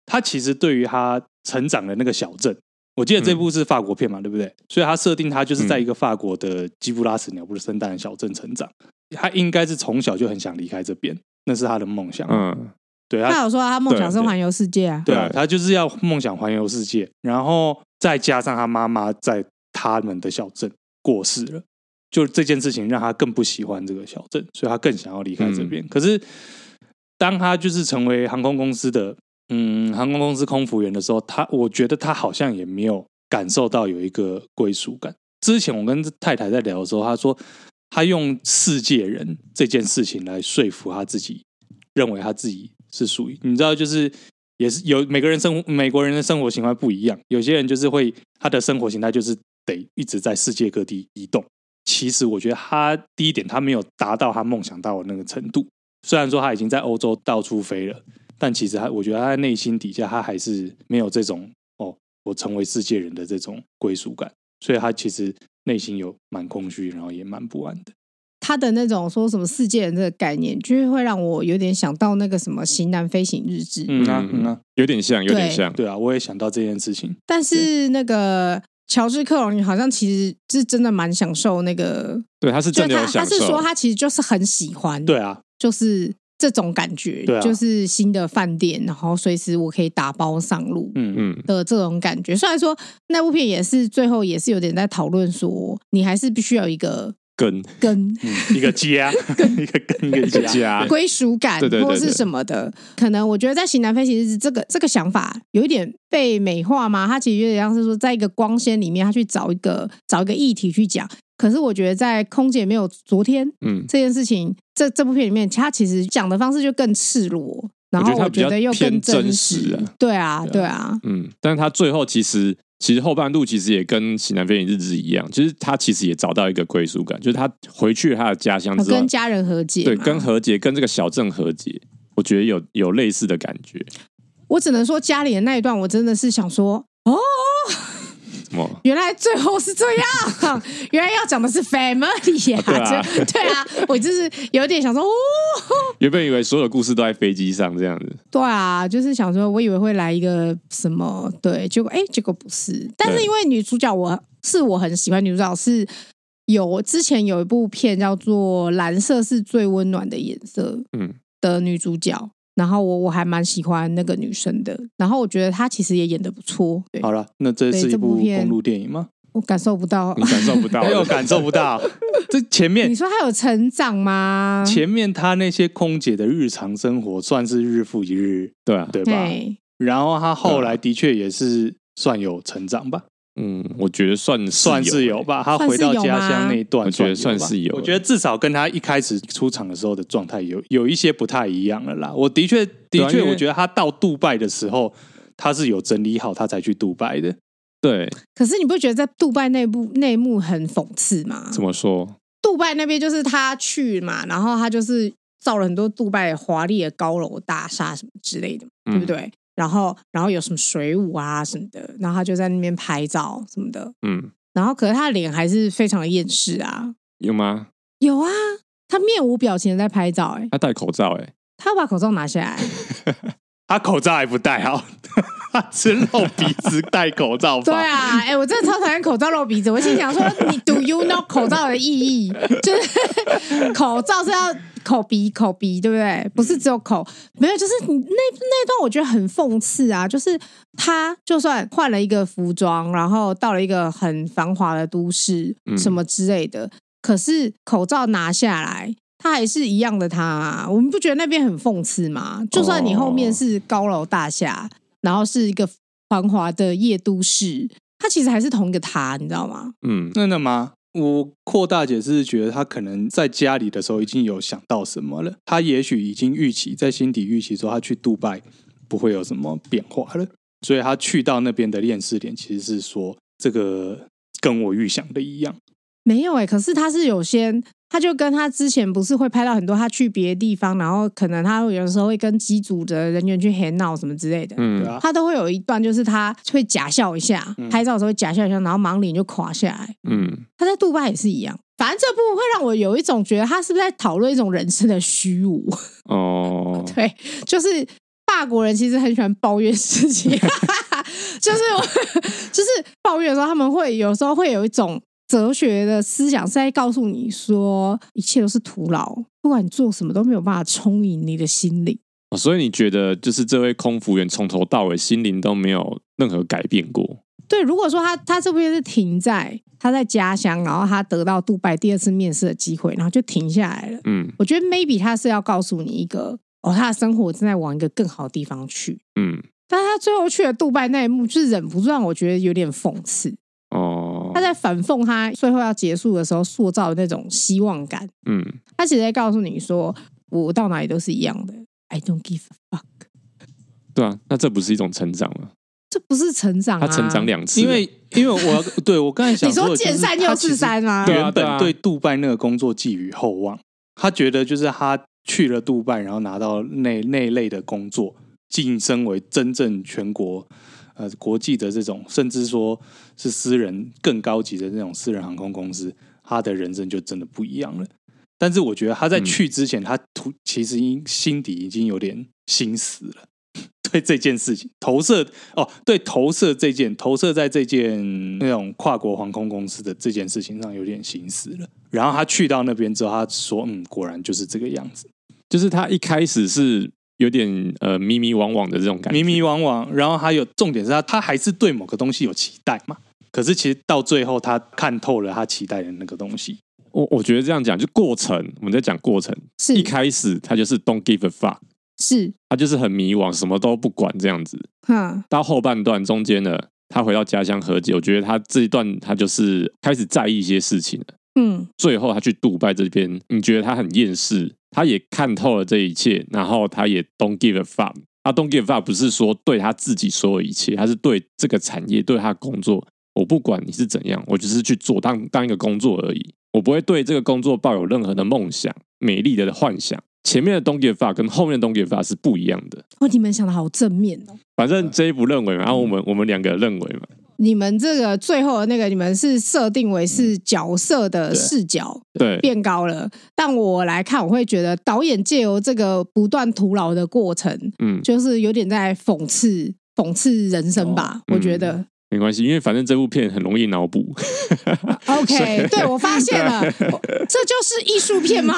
[SPEAKER 1] 他其实对于他成长的那个小镇，我记得这部是法国片嘛，对不对？所以他设定他就是在一个法国的基布拉什鸟不生蛋的小镇成长，他应该是从小就很想离开这边，那是他的梦想。
[SPEAKER 2] 嗯，
[SPEAKER 1] 对他
[SPEAKER 3] 他有说他梦想是
[SPEAKER 2] 对
[SPEAKER 3] 环游世界啊。
[SPEAKER 1] 对啊，
[SPEAKER 2] 对
[SPEAKER 1] 他就是要梦想环游世界，然后再加上他妈妈在他们的小镇过世了，就这件事情让他更不喜欢这个小镇，所以他更想要离开这边。可是当他就是成为航空公司的嗯航空公司空服员的时候，他我觉得他好像也没有感受到有一个归属感。之前我跟太太在聊的时候，她说她用世界人这件事情来说服她自己，认为她自己是属于你知道，就是也是有每个人生活美国人的生活形态不一样，有些人就是会他的生活形态就是得一直在世界各地移动。其实我觉得他第一点，他没有达到他梦想到的那个程度。虽然说他已经在欧洲到处飞了，但其实他，我觉得他内心底下，他还是没有这种哦，我成为世界人的这种归属感，所以他其实内心有蛮空虚，然后也蛮不安的。
[SPEAKER 3] 他的那种说什么世界人这个概念，就是会让我有点想到那个什么《型男飞行日志》
[SPEAKER 1] 嗯啊，嗯啊，
[SPEAKER 2] 有点像，有点
[SPEAKER 3] 对
[SPEAKER 2] 像，
[SPEAKER 1] 对啊，我也想到这件事情。
[SPEAKER 3] 但是那个乔治克隆尼好像其实是真的蛮享受那个，
[SPEAKER 2] 对，他是
[SPEAKER 3] 就
[SPEAKER 2] 真
[SPEAKER 3] 是他
[SPEAKER 2] 的有
[SPEAKER 3] 他
[SPEAKER 2] 享受。
[SPEAKER 3] 是说他其实就是很喜欢，
[SPEAKER 1] 对啊，
[SPEAKER 3] 就是这种感觉，
[SPEAKER 1] 对啊
[SPEAKER 3] 就是新的饭店，然后随时我可以打包上路
[SPEAKER 1] 嗯
[SPEAKER 2] 嗯，
[SPEAKER 3] 的这种感觉。虽然说那部片也是最后也是有点在讨论说，你还是必须要有一个
[SPEAKER 2] 跟
[SPEAKER 3] 根
[SPEAKER 1] 嗯，一个 家，一个跟一
[SPEAKER 2] 一
[SPEAKER 1] 个
[SPEAKER 2] 个
[SPEAKER 1] 家，
[SPEAKER 2] 家，
[SPEAKER 3] 归属感
[SPEAKER 2] 对对对
[SPEAKER 3] 或是
[SPEAKER 2] 对
[SPEAKER 3] 什么的，可能我觉得在《型南飞》其实是这个这个想法有一点被美化嘛，它其实有点像是说，在一个光纤里面，他去找一个找一个议题去讲。可是我觉得在《空姐没有昨天》
[SPEAKER 2] 嗯，
[SPEAKER 3] 这件事情，这这部片里面，它其实讲的方式就更赤裸，然后
[SPEAKER 2] 我觉
[SPEAKER 3] 我觉得
[SPEAKER 2] 得它比较
[SPEAKER 3] 又更
[SPEAKER 2] 偏真
[SPEAKER 3] 实。
[SPEAKER 2] 实啊
[SPEAKER 3] 对啊，对
[SPEAKER 2] 对
[SPEAKER 3] 啊，
[SPEAKER 2] 嗯，但是他最后其实其实后半路其实也跟《西南飞影日志》一样，其实他其实也找到一个归属感，就是他回去他的家乡
[SPEAKER 3] 哦
[SPEAKER 2] 之后
[SPEAKER 3] 跟，家人和解嘛。
[SPEAKER 2] 啊对，跟和解，跟这个小镇和解，我觉得有有类似的感觉。
[SPEAKER 3] 我只能说家里的那一段，我真的是想说，哦，
[SPEAKER 2] 什么？
[SPEAKER 3] 原来最后是这样，原来要讲的是 family 啊，
[SPEAKER 2] 啊
[SPEAKER 3] 就对啊，我就是有点想说，哦，
[SPEAKER 2] 原本以为所有故事都在飞机上这样子，
[SPEAKER 3] 对啊，就是想说，我以为会来一个什么，对，结果哎，结果不是。但是
[SPEAKER 2] 对
[SPEAKER 3] 因为女主角我，是我很喜欢女主角是。有之前有一部片叫做《蓝色是最温暖的颜色》，
[SPEAKER 2] 嗯
[SPEAKER 3] 的女主角，然后我我还蛮喜欢那个女生的，然后我觉得她其实也演的不错，对
[SPEAKER 1] 好了，那这
[SPEAKER 3] 对
[SPEAKER 1] 是一
[SPEAKER 3] 这
[SPEAKER 1] 部
[SPEAKER 3] 部片
[SPEAKER 1] 公路电影吗？
[SPEAKER 3] 我感受不到
[SPEAKER 2] 你。感受 不到，
[SPEAKER 1] 没有哎感受不到，这前面
[SPEAKER 3] 你说她有成长吗？
[SPEAKER 1] 前面他那些空姐的日常生活算是日复一日，
[SPEAKER 2] 对啊，
[SPEAKER 1] 对吧？
[SPEAKER 3] 对，
[SPEAKER 1] 然后他后来的确也是算有成长吧，
[SPEAKER 2] 嗯，我觉得算是欸
[SPEAKER 1] 算是有吧。他回到家乡那一段
[SPEAKER 2] 算是有
[SPEAKER 1] 有吧
[SPEAKER 2] 吗我觉得算是有
[SPEAKER 1] 我觉得至少跟他一开始出场的时候的状态有有一些不太一样了啦。我的确
[SPEAKER 2] 对
[SPEAKER 1] 的
[SPEAKER 2] 啊
[SPEAKER 1] 确，
[SPEAKER 2] 因为
[SPEAKER 1] 我觉得他到杜拜的时候，他是有整理好他才去杜拜的。
[SPEAKER 2] 对，
[SPEAKER 3] 可是你不觉得在杜拜内部内幕很讽刺吗？
[SPEAKER 2] 怎么说？
[SPEAKER 3] 杜拜那边就是他去嘛，然后他就是造了很多杜拜华丽的高楼大厦什么之类的，
[SPEAKER 2] 嗯
[SPEAKER 3] 对不对？然后，然后有什么水舞啊什么的，然后他就在那边拍照什么的，
[SPEAKER 2] 嗯，
[SPEAKER 3] 然后可是他的脸还是非常的厌世啊，
[SPEAKER 2] 有吗？
[SPEAKER 3] 有啊，他面无表情的在拍照、欸，哎，
[SPEAKER 2] 他戴口罩、欸，哎，
[SPEAKER 3] 他把口罩拿下来，
[SPEAKER 1] 他口罩还不戴好， 他只露鼻子戴口罩
[SPEAKER 3] 对
[SPEAKER 1] 吧？
[SPEAKER 3] 啊，哎、我真的超讨厌口罩露鼻子。我心想 说，你 do you know 口罩的意义？就是口罩是要口鼻口鼻，对不对？不是只有口，没有，就是你那那段我觉得很讽刺啊。就是他就算换了一个服装，然后到了一个很繁华的都市，
[SPEAKER 2] 嗯
[SPEAKER 3] 什么之类的，可是口罩拿下来。他还是一样的他、啊，我们不觉得那边很讽刺吗？就算你后面
[SPEAKER 2] 哦
[SPEAKER 3] 是高楼大厦，然后是一个繁华的夜都市，它其实还是同一个他，你知道吗？
[SPEAKER 2] 嗯，
[SPEAKER 1] 真的吗？我扩大解释，觉得他可能在家里的时候已经有想到什么了，他也许已经预期在心底预期说他去杜拜不会有什么变化了，所以他去到那边的练视点其实是说这个跟我预想的一样，
[SPEAKER 3] 没有哎、可是他是有先，他就跟他之前不是会拍到很多他去别的地方，然后可能他有的时候会跟机组的人员去 hang out 什么之类的，
[SPEAKER 1] 对
[SPEAKER 2] 嗯
[SPEAKER 1] 啊，
[SPEAKER 3] 他都会有一段就是他会假笑一下，
[SPEAKER 1] 嗯
[SPEAKER 3] 拍照的时候会假笑一下，然后忙脸就垮下来。
[SPEAKER 2] 嗯，
[SPEAKER 3] 他在杜拜也是一样，反正这部分会让我有一种觉得他是不是在讨论一种人生的虚无。
[SPEAKER 2] 哦，
[SPEAKER 3] 啊对，就是法国人其实很喜欢抱怨事情，就是 我就是抱怨的时候，他们会有时候会有一种哲学的思想是在告诉你说，一切都是徒劳，不管你做什么都没有办法充盈你的心灵。
[SPEAKER 2] 哦所以你觉得就是这位空服员从头到尾心灵都没有任何改变过？
[SPEAKER 3] 对，如果说他他这部片是停在他在家乡，然后他得到杜拜第二次面试的机会，然后就停下来了。
[SPEAKER 2] 嗯
[SPEAKER 3] 我觉得 maybe 他是要告诉你一个哦，他的生活正在往一个更好的地方去。
[SPEAKER 2] 嗯，
[SPEAKER 3] 但他最后去了杜拜那一幕，就是忍不住让我觉得有点讽刺。
[SPEAKER 2] 哦
[SPEAKER 3] 他，在反讽他最后要结束的时候塑造的那种希望感，
[SPEAKER 2] 嗯，
[SPEAKER 3] 他其实在告诉你说，我到哪里都是一样的，I don't give a fuck。
[SPEAKER 2] 对啊，那这不是一种成长吗？
[SPEAKER 3] 这不是成长、啊，
[SPEAKER 2] 他成长。两次，
[SPEAKER 1] 因为因为 我对我刚才想
[SPEAKER 3] 你说
[SPEAKER 1] 就是
[SPEAKER 3] 见山
[SPEAKER 1] 他
[SPEAKER 3] 又
[SPEAKER 1] 其
[SPEAKER 3] 是
[SPEAKER 1] 实
[SPEAKER 3] 山吗？
[SPEAKER 2] 对啊
[SPEAKER 1] 原本对杜拜那个工作寄予厚望，他觉得就是他去了杜拜，然后拿到那那一类的工作，晋升为真正全国呃国际的这种，甚至说是私人更高级的那种私人航空公司，他的人生就真的不一样了。但
[SPEAKER 2] 嗯
[SPEAKER 1] 是我觉得他在去之前，他突其实因心底已经有点心死了， 对这件事情投射哦，对投射这件投射在这件那种跨国航空公司的这件事情上有点心思了。然后他去到那边之后，他说：“嗯，果然就是这个样子，
[SPEAKER 2] 就是他一开始是有点呃迷迷惘惘的这种感觉，
[SPEAKER 1] 迷迷惘惘。”然后还有重点是他，他还是对某个东西有期待嘛。可是其实到最后，他看透了他期待的那个东西。
[SPEAKER 2] 我我觉得这样讲就过程，我们在讲过程，
[SPEAKER 3] 是
[SPEAKER 2] 一开始他就是 don't give a fuck，
[SPEAKER 3] 是，
[SPEAKER 2] 他就是很迷惘，什么都不管这样子。
[SPEAKER 3] 哈，
[SPEAKER 2] 到后半段中间呢，他回到家乡和解，我觉得他这一段他就是开始在意一些事情了。
[SPEAKER 3] 嗯，
[SPEAKER 2] 最后他去杜拜这边，你觉得他很厌世，他也看透了这一切，然后他也 don't give a fuck。他 don't give a fuck 不是说对他自己所有一切，他是对这个产业、对他的工作，我不管你是怎样，我只是去做当当一个工作而已，我不会对这个工作抱有任何的梦想、美丽的幻想。前面的 don't give a fuck 跟后面的 don't give a fuck 是不一样的。
[SPEAKER 3] 哦，你们想的好正面哦。
[SPEAKER 2] 反正 J 不认为嘛，然、后我们我们两个认为嘛，
[SPEAKER 3] 你们这个最后的那个，你们是设定为是角色的
[SPEAKER 1] 对
[SPEAKER 3] 视角
[SPEAKER 2] 对
[SPEAKER 3] 变高了，但我来看，我会觉得导演借由这个不断徒劳的过程，
[SPEAKER 2] 嗯，
[SPEAKER 3] 就是有点在讽刺讽刺人生吧，
[SPEAKER 2] 哦
[SPEAKER 3] 我觉得。
[SPEAKER 2] 没关系，因为反正这部片很容易脑补。
[SPEAKER 3] OK，对 我发现了，
[SPEAKER 2] 啊
[SPEAKER 3] 我这就是艺术片吗？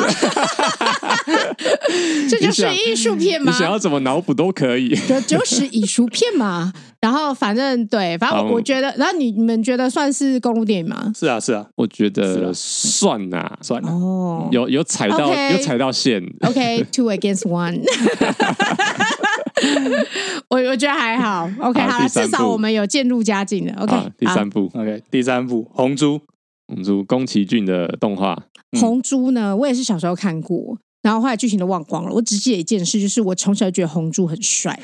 [SPEAKER 3] 这就是艺术片
[SPEAKER 2] 你
[SPEAKER 3] 吗？
[SPEAKER 2] 想要怎么脑补都可以。
[SPEAKER 3] 这就是艺术片嘛，然后反正对，反正
[SPEAKER 2] 好
[SPEAKER 3] 我觉得，然后你你们觉得算是公路电影吗？
[SPEAKER 1] 是啊，是啊，
[SPEAKER 2] 我觉
[SPEAKER 1] 是
[SPEAKER 2] 得
[SPEAKER 1] 啦
[SPEAKER 2] 算啊啦、
[SPEAKER 1] 算了。
[SPEAKER 3] 哦
[SPEAKER 2] 有有踩到
[SPEAKER 3] OK
[SPEAKER 2] 有踩到线，
[SPEAKER 3] ，OK，two against one，我我觉得还好，OK，
[SPEAKER 2] 好
[SPEAKER 3] 好了，
[SPEAKER 2] 第三
[SPEAKER 3] 至
[SPEAKER 2] 部啊
[SPEAKER 3] 少我们有渐入佳境了，OK，
[SPEAKER 2] 好，第三部
[SPEAKER 1] OK，第三部《红猪》
[SPEAKER 2] 我们出宫崎骏的动 画，
[SPEAKER 1] 嗯
[SPEAKER 3] 红猪呢，我也是小时候看过，然后后来剧情都忘光了。我只记得一件事，就是我从小就觉得红猪很帅，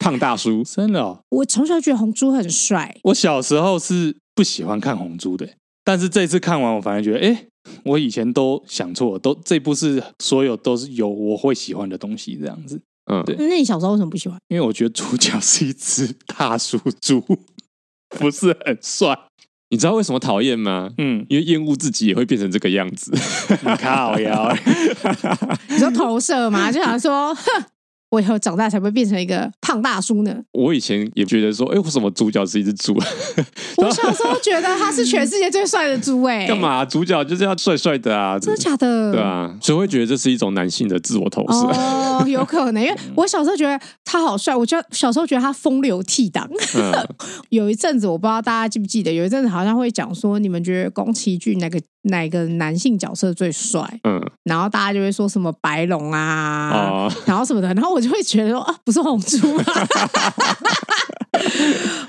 [SPEAKER 2] 胖大叔
[SPEAKER 1] 真的、哦，
[SPEAKER 3] 我从小就觉得红猪很帅。
[SPEAKER 1] 我小时候是不喜欢看红猪的，但是这次看完，我反而觉得，哎、我以前都想错了，都这部是所有都是有我会喜欢的东西这样子，
[SPEAKER 2] 嗯，
[SPEAKER 1] 对
[SPEAKER 3] 那你小时候为什么不喜欢？
[SPEAKER 1] 因为我觉得主角是一只大叔猪，不是很帅。
[SPEAKER 2] 你知道为什么讨厌吗？
[SPEAKER 1] 嗯，
[SPEAKER 2] 因为厌恶自己也会变成这个样子。
[SPEAKER 1] 你靠呀，
[SPEAKER 3] 你说投射嘛，就想说，哼，我以后长大才不会变成一个胖大叔呢。
[SPEAKER 2] 我以前也觉得说，哎、为什么主角是一只猪？
[SPEAKER 3] 我小时候觉得他是全世界最帅的猪、哎，
[SPEAKER 2] 干？嘛、主角就是要帅帅的啊？
[SPEAKER 3] 真的假的？
[SPEAKER 2] 对。啊，所以会觉得这是一种男性的自我投射。
[SPEAKER 3] 哦，有可能，因为我小时候觉得他好帅，我觉得小时候觉得他风流倜傥。
[SPEAKER 2] 嗯，
[SPEAKER 3] 有一阵子，我不知道大家记不记得，有一阵子好像会讲说，你们觉得宫崎骏哪个哪个男性角色最帅？
[SPEAKER 2] 嗯
[SPEAKER 3] 然后大家就会说什么白龙 啊，
[SPEAKER 2] 哦，
[SPEAKER 3] 然后什么的，然后我就会觉得说啊，不是红猪吗？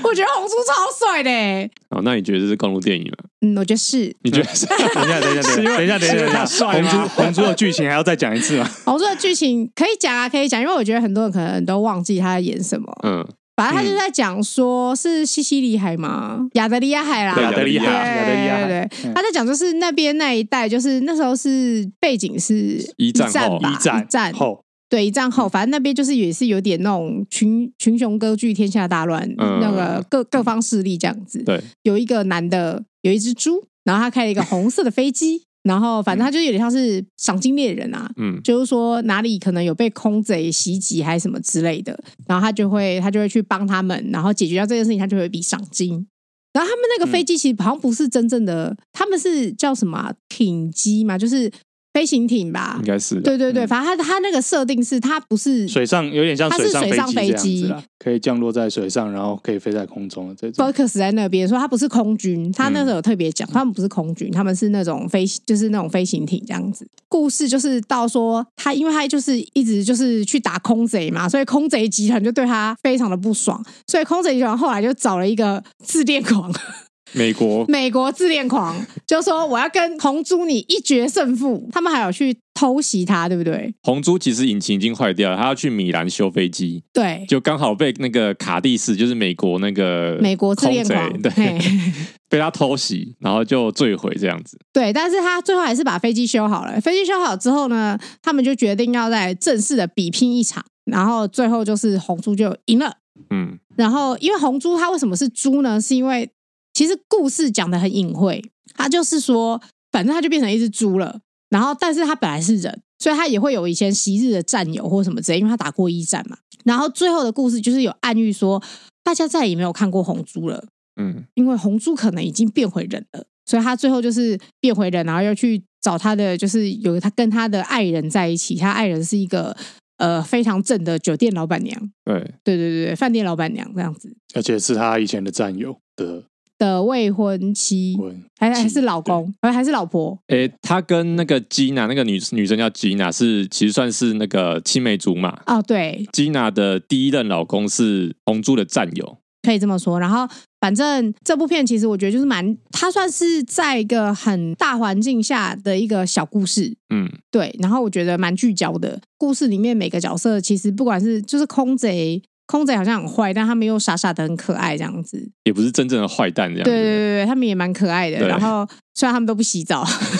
[SPEAKER 3] 我觉得红猪超帅的、欸，
[SPEAKER 2] 好，哦那你觉得这是公路电影吗？
[SPEAKER 3] 嗯，我觉得是。
[SPEAKER 2] 你觉得 是？
[SPEAKER 1] 等一下，等一下，等一下，等一下，等一下，
[SPEAKER 2] 帅
[SPEAKER 1] 红
[SPEAKER 2] 吗
[SPEAKER 1] 猪红猪的剧情还要再讲一次吗？
[SPEAKER 3] 红猪的剧情可以讲啊，可以讲，因为我觉得很多人可能都忘记他在演什么。
[SPEAKER 2] 嗯，
[SPEAKER 3] 反正他就在讲说，是西西里海吗？亚得里亚海啦，
[SPEAKER 2] 对
[SPEAKER 1] 亚得里
[SPEAKER 2] 亚得里
[SPEAKER 1] 亚，亚得里亚，
[SPEAKER 3] 对对对
[SPEAKER 1] 嗯
[SPEAKER 3] 他在讲就是那边那一带，就是那时候是背景是
[SPEAKER 2] 一战后嗯
[SPEAKER 3] 吧，
[SPEAKER 1] 一战
[SPEAKER 3] 战
[SPEAKER 1] 后，
[SPEAKER 3] 对一战后，反正那边就是也是有点那种群群雄割据、天下大乱，
[SPEAKER 2] 嗯
[SPEAKER 3] 那个各各方势力这样子。
[SPEAKER 2] 对，
[SPEAKER 3] 有一个男的有一只猪，然后他开了一个红色的飞机，然后反正他就有点像是赏金猎人啊，
[SPEAKER 2] 嗯
[SPEAKER 3] 就是说哪里可能有被空贼袭击还是什么之类的，然后他就会他就会去帮他们，然后解决掉这件事情，他就会有一笔赏金。然后他们那个飞机其实好像不是真正的，他们是叫什么啊艇机嘛，就是飞行艇吧
[SPEAKER 2] 应？该是
[SPEAKER 3] 对对对，
[SPEAKER 1] 嗯
[SPEAKER 3] 反正他他那个设定是它不是
[SPEAKER 1] 水上有点像
[SPEAKER 3] 嗯它是
[SPEAKER 1] 水上
[SPEAKER 3] 水上
[SPEAKER 1] 飞机这样
[SPEAKER 3] 飞机
[SPEAKER 1] 子啦，可以降落在水上，然后可以飞在空中的这种。
[SPEAKER 3] focus 在那边，说他不是空军，他那时候有特别讲，他们不是空军，他们是那种飞，就是那种飞行艇这样子。故事就是到说他，因为他就是一直就是去打空贼嘛，所以空贼集团就对他非常的不爽，所以空贼集团后来就找了一个自恋狂，
[SPEAKER 2] 美国
[SPEAKER 3] 美国自恋狂，就说我要跟红猪你一决胜负。他们还有去偷袭他，对不对？
[SPEAKER 2] 红猪其实引擎已经坏掉了，他要去米兰修飞机，
[SPEAKER 3] 对，
[SPEAKER 2] 就刚好被那个卡蒂斯，就是美国那个
[SPEAKER 3] 美国自恋
[SPEAKER 2] 空贼
[SPEAKER 3] 狂，
[SPEAKER 2] 对
[SPEAKER 3] 嘿，
[SPEAKER 2] 被他偷袭，然后就坠毁这样子。
[SPEAKER 3] 对，但是他最后还是把飞机修好了。飞机修好之后呢，他们就决定要在正式的比拼一场，然后最后就是红猪就赢了。
[SPEAKER 2] 嗯，
[SPEAKER 3] 然后因为红猪它为什么是猪呢？是因为其实故事讲的很隐晦，它就是说，反正它就变成一只猪了。然后，但是它本来是人，所以他也会有以前昔日的战友或什么之类，因为他打过一战嘛。然后最后的故事就是有暗喻说，大家再也没有看过红猪了，
[SPEAKER 2] 嗯，
[SPEAKER 3] 因为红猪可能已经变回人了，所以他最后就是变回人，然后又去找他的，就是有他跟他的爱人在一起，他爱人是一个呃非常正的酒店老板娘，
[SPEAKER 2] 对，
[SPEAKER 3] 对对对对，饭店老板娘这样子
[SPEAKER 1] 而且是他以前的战友的
[SPEAKER 3] 的未婚妻，
[SPEAKER 1] 婚，
[SPEAKER 3] 还还是老公，呃还还是老婆，
[SPEAKER 2] 诶，他跟那个吉娜，那个女女生叫吉娜，是其实算是那个青梅竹马。
[SPEAKER 3] 哦对，
[SPEAKER 2] 吉娜的第一任老公是红珠的战友，
[SPEAKER 3] 可以这么说。然后，反正这部片其实我觉得就是蛮，它算是在一个很大环境下的一个小故事，
[SPEAKER 2] 嗯，
[SPEAKER 3] 对。然后我觉得蛮聚焦的，故事里面每个角色其实不管是就是空贼，空贼好像很坏，但他们又傻傻的很可爱这样子。
[SPEAKER 2] 也不是真正的坏蛋这样
[SPEAKER 3] 对对
[SPEAKER 2] 子。
[SPEAKER 3] 对对，他们也蛮可爱的。
[SPEAKER 2] 对
[SPEAKER 3] 然后虽然他们都不洗澡，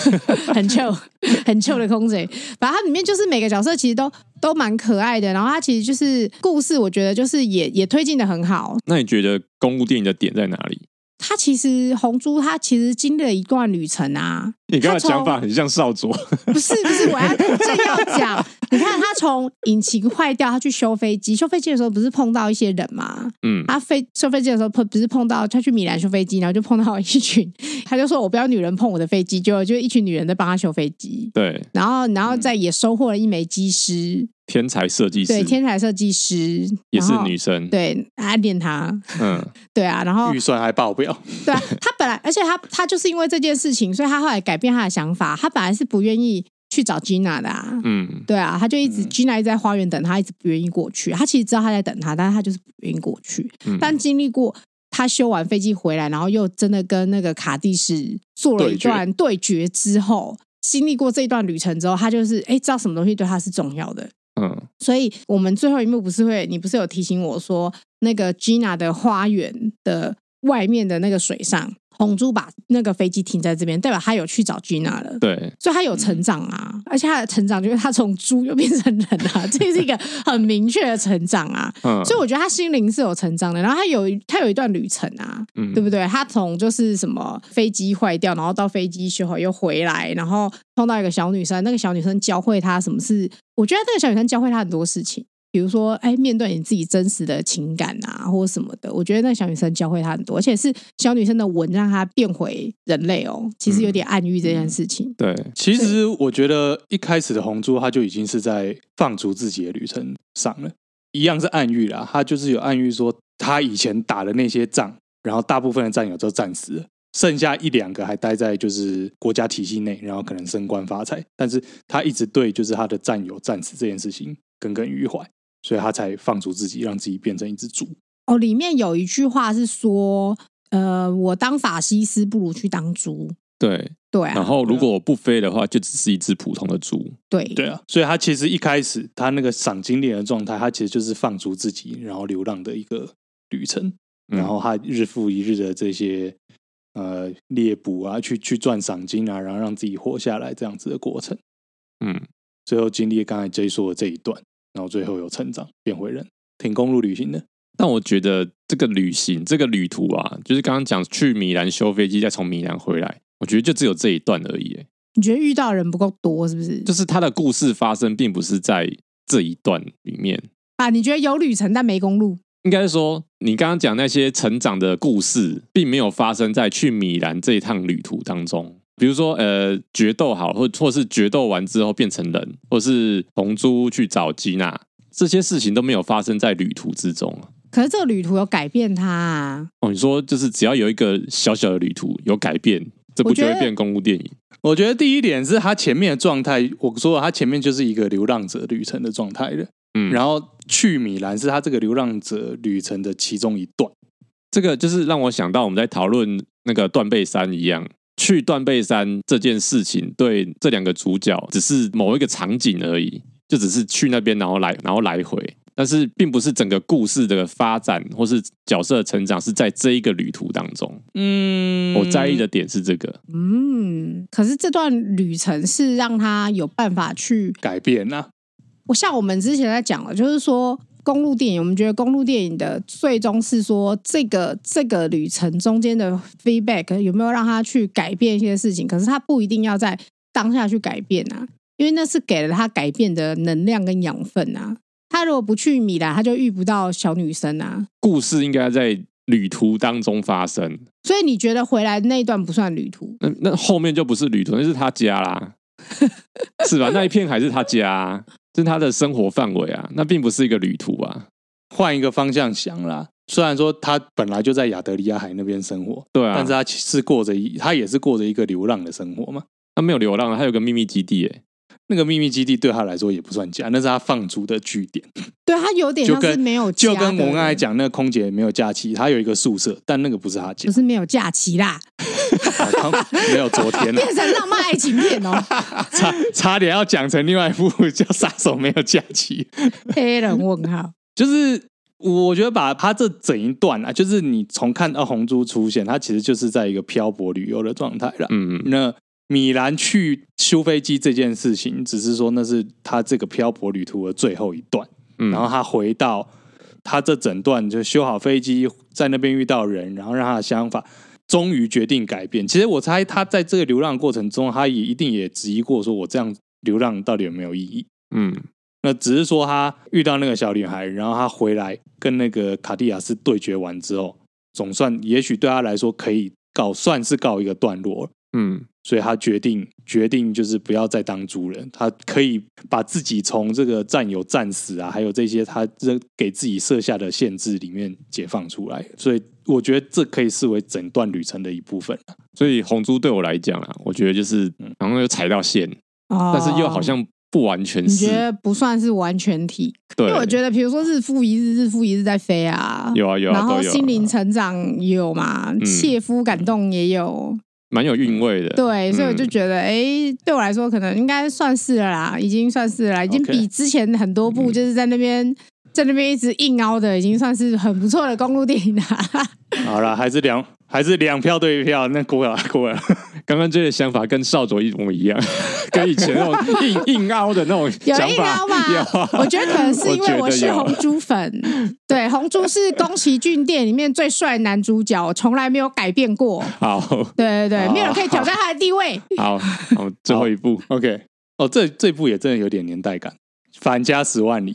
[SPEAKER 3] 很臭 很臭的空姐，反正它里面就是每个角色其实都都蛮可爱的。然后它其实就是故事，我觉得就是也也推进的很好，
[SPEAKER 2] 那你觉得公路电影的点在哪里？
[SPEAKER 3] 他其实红猪，他其实经历了一段旅程啊，
[SPEAKER 2] 你刚
[SPEAKER 3] 他
[SPEAKER 2] 才
[SPEAKER 3] 从
[SPEAKER 2] 讲法很像少佐，
[SPEAKER 3] 不是不是，我要正要 讲，你看他从引擎坏掉，他去修飞机，修飞机的时候不是碰到一些人吗？
[SPEAKER 2] 嗯，
[SPEAKER 3] 他飞修飞机的时候碰，不是碰到他去米兰修飞机，然后就碰到一群， 他就说我不要女人碰我的飞机，结果就一群女人在帮他修飞机，
[SPEAKER 2] 对，
[SPEAKER 3] 然后然后再也收获了一枚机师，
[SPEAKER 2] 天才设计师
[SPEAKER 3] 对，天才设计师
[SPEAKER 2] 嗯也是
[SPEAKER 3] 然后
[SPEAKER 2] 女生，
[SPEAKER 3] 对，暗恋他，
[SPEAKER 2] 嗯，
[SPEAKER 3] 对啊，然后
[SPEAKER 1] 预算还爆表，
[SPEAKER 3] 对啊，他本来，而且他他就是因为这件事情，所以他后来改变他的想法。他本来是不愿意去找 Gina 的啊，
[SPEAKER 2] 嗯，
[SPEAKER 3] 对啊，他就一直、
[SPEAKER 1] 嗯
[SPEAKER 3] Gina 一直在花园等他，一直不愿意过去。他其实知道他在等他，但是他就是不愿意过去。
[SPEAKER 2] 嗯
[SPEAKER 3] 但经历过他修完飞机回来，然后又真的跟那个卡蒂斯做了一
[SPEAKER 1] 对决
[SPEAKER 3] 段对决之后，经历过这一段旅程之后，他就是哎知道什么东西对他是重要的。
[SPEAKER 2] 嗯，
[SPEAKER 3] 所以我们最后一幕不是会，你不是有提醒我说，那个 Gina 的花园的外面的那个水上，红猪把那个飞机停在这边，代表他有去找 Gina 了。
[SPEAKER 2] 对，
[SPEAKER 3] 所以他有成长啊，
[SPEAKER 2] 嗯
[SPEAKER 3] 而且他的成长就是他从猪又变成人啊， 这是一个很明确的成长啊。
[SPEAKER 2] 嗯，
[SPEAKER 3] 所以我觉得他心灵是有成长的，然后他有他有一段旅程啊，
[SPEAKER 2] 嗯
[SPEAKER 3] 对不对？他从就是什么飞机坏掉，然后到飞机修好又回来，然后碰到一个小女生，那个小女生教会他什么是，我觉得那个小女生教会他很多事情，比如说，哎，面对你自己真实的情感啊，或什么的，我觉得那个小女生教会他很多，而且是小女生的吻让他变回人类哦，其实有点暗喻这
[SPEAKER 2] 嗯
[SPEAKER 3] 件事情。
[SPEAKER 2] 对，
[SPEAKER 1] 其实我觉得一开始的红猪，他就已经是在放逐自己的旅程上了，一样是暗喻啦。他就是有暗喻说，他以前打的那些仗，然后大部分的战友都战死了，剩下一两个还待在就是国家体系内，然后可能升官发财。但是他一直对就是他的战友战死这件事情耿耿于怀，所以他才放逐自己，让自己变成一只猪。
[SPEAKER 3] 哦，里面有一句话是说，呃，我当法西斯不如去当猪，
[SPEAKER 2] 对，
[SPEAKER 3] 对
[SPEAKER 2] 然
[SPEAKER 3] 啊，
[SPEAKER 2] 后如果我不飞的话，就只是一只普通的猪，
[SPEAKER 3] 对，
[SPEAKER 1] 对啊，所以他其实一开始他那个赏金猎人的状态，他其实就是放逐自己，然后流浪的一个旅程。
[SPEAKER 2] 嗯
[SPEAKER 1] 然后他日复一日的这些呃猎捕啊，去去赚赏金啊，然后让自己活下来这样子的过程，
[SPEAKER 2] 嗯，
[SPEAKER 1] 最后经历刚才 J 说的这一段，然后最后有成长变回人，挺公路旅行的。
[SPEAKER 2] 但我觉得这个旅行这个旅途啊，就是刚刚讲去米兰修飞机，再从米兰回来，我觉得就只有这一段而已。欸
[SPEAKER 3] 你觉得遇到的人不够多是不是？
[SPEAKER 2] 就是他的故事发生，并不是在这一段里面。
[SPEAKER 3] 啊，你觉得有旅程但没公路，
[SPEAKER 2] 应该说，你刚刚讲那些成长的故事，并没有发生在去米兰这一趟旅途当中。比如说，呃，决斗好，或或是决斗完之后变成人，或是红猪去找吉娜，这些事情都没有发生在旅途之中啊。
[SPEAKER 3] 可是这个旅途有改变他啊。
[SPEAKER 2] 哦，你说就是只要有一个小小的旅途有改变，这
[SPEAKER 3] 我
[SPEAKER 2] 不
[SPEAKER 3] 觉
[SPEAKER 2] 就
[SPEAKER 3] 得
[SPEAKER 2] 会变公路电影？
[SPEAKER 1] 我觉得第一点是他前面的状态，我说了他前面就是一个流浪者旅程的状态了，
[SPEAKER 2] 嗯，然后
[SPEAKER 1] 然后去米兰是他这个流浪者旅程的其中一段。
[SPEAKER 2] 这个就是让我想到我们在讨论那个断背山一样，去断背山这件事情对这两个主角只是某一个场景而已，就只是去那边然后来然后来回，但是并不是整个故事的发展或是角色的成长是在这一个旅途当中。
[SPEAKER 1] 嗯
[SPEAKER 2] 我在意的点是这个，
[SPEAKER 3] 嗯，可是这段旅程是让他有办法去，
[SPEAKER 1] 改变啊，
[SPEAKER 3] 我像我们之前在讲了，就是说公路电影，我们觉得公路电影的最终是说这个这个旅程中间的 feedback 有没有让他去改变一些事情，可是他不一定要在当下去改变啊。因为那是给了他改变的能量跟养分啊。他如果不去米兰，他就遇不到小女生啊。
[SPEAKER 2] 故事应该在旅途当中发生，
[SPEAKER 3] 所以你觉得回来那一段不算旅途？
[SPEAKER 2] 那那后面就不是旅途，那是他家啦，是吧？那一片还是他家、啊，这是他的生活范围啊，那并不是一个旅途啊。
[SPEAKER 1] 换一个方向想啦。虽然说他本来就在亚得里亚海那边生活，
[SPEAKER 2] 对啊，
[SPEAKER 1] 但是他其是过着一，他也是过着一个流浪的生活嘛。
[SPEAKER 2] 他没有流浪，他有个秘密基地、欸，
[SPEAKER 1] 那个秘密基地对他来说也不算家，那是他放逐的据点，
[SPEAKER 3] 对他有点
[SPEAKER 1] 就
[SPEAKER 3] 像是
[SPEAKER 1] 跟
[SPEAKER 3] 没有
[SPEAKER 1] 就
[SPEAKER 3] 家
[SPEAKER 1] 跟我
[SPEAKER 3] 的
[SPEAKER 1] 刚才
[SPEAKER 3] 人，
[SPEAKER 1] 讲那个空姐没有假期，她有一个宿舍，但那个不是她家
[SPEAKER 3] 就，是没有假期啦，
[SPEAKER 1] 哦她 没有昨天啦
[SPEAKER 3] 变成浪漫爱情片哦。
[SPEAKER 1] 差差点要讲成另外一部叫《杀手没有假期》，
[SPEAKER 3] 黑人问号，
[SPEAKER 1] 就是我觉得把他这整一段啊，就是你从看到红猪出现，他其实就是在一个漂泊旅游的状态了。
[SPEAKER 2] 嗯，
[SPEAKER 1] 那米兰去修飞机这件事情，只是说那是他这个漂泊旅途的最后一段，
[SPEAKER 2] 嗯
[SPEAKER 1] 然后他回到他这整段就修好飞机，在那边遇到人，然后让他的想法。终于决定改变。其实我猜他在这个流浪过程中，他也一定也质疑过，说我这样流浪到底有没有意义？
[SPEAKER 2] 嗯，
[SPEAKER 1] 那只是说他遇到那个小女孩，然后他回来跟那个卡地亚斯对决完之后，总算也许对他来说可以告算是告一个段落了，
[SPEAKER 2] 嗯，
[SPEAKER 1] 所以他决定决定就是不要再当猪人，他可以把自己从这个战友战死啊，还有这些他这给自己设下的限制里面解放出来，所以我觉得这可以视为整段旅程的一部分。啊
[SPEAKER 2] 所以红猪对我来讲啊，我觉得就是
[SPEAKER 1] 嗯
[SPEAKER 2] 好像又踩到线，
[SPEAKER 3] 哦
[SPEAKER 2] 但是又好像不完全
[SPEAKER 3] 你觉
[SPEAKER 2] 是，
[SPEAKER 3] 得不算是完全体，因
[SPEAKER 2] 对，
[SPEAKER 3] 为我觉得比如说日复一日，日复一日在飞啊，
[SPEAKER 2] 有啊有啊嗯
[SPEAKER 3] 然后
[SPEAKER 2] 都有啊
[SPEAKER 3] 心灵成长也有嘛，切肤感动也有，
[SPEAKER 2] 蛮有韵味的，
[SPEAKER 3] 对，所以我
[SPEAKER 2] 嗯
[SPEAKER 3] 就觉得，哎、对我来说可能应该算是了啦，已经算是了啦，已经
[SPEAKER 1] OK
[SPEAKER 3] 比之前很多
[SPEAKER 2] 嗯
[SPEAKER 3] 部就是在那边、在那边一直硬凹的，已经算是很不错的公路电影啦。
[SPEAKER 1] 好啦，还是两还是两票对一票，那啊果然果然，
[SPEAKER 2] 刚刚这些想法跟少佐一模一样， 跟以前那种 硬硬凹的那种
[SPEAKER 3] 有
[SPEAKER 2] 想
[SPEAKER 3] 硬
[SPEAKER 2] 法
[SPEAKER 3] 凹吗
[SPEAKER 2] 有啊
[SPEAKER 3] 我觉得可能是因为我
[SPEAKER 2] 我觉得
[SPEAKER 3] 是
[SPEAKER 2] 有
[SPEAKER 3] 红猪粉，对，红猪是宫崎骏电影里面最帅的男主角，从来没有改变过。
[SPEAKER 2] 好
[SPEAKER 3] 对对对，
[SPEAKER 1] 哦
[SPEAKER 3] 没有人可以挑战他的地位。
[SPEAKER 2] 好好，最后一步
[SPEAKER 1] OK，哦，这这部也真的有点年代感，《反家十万里》。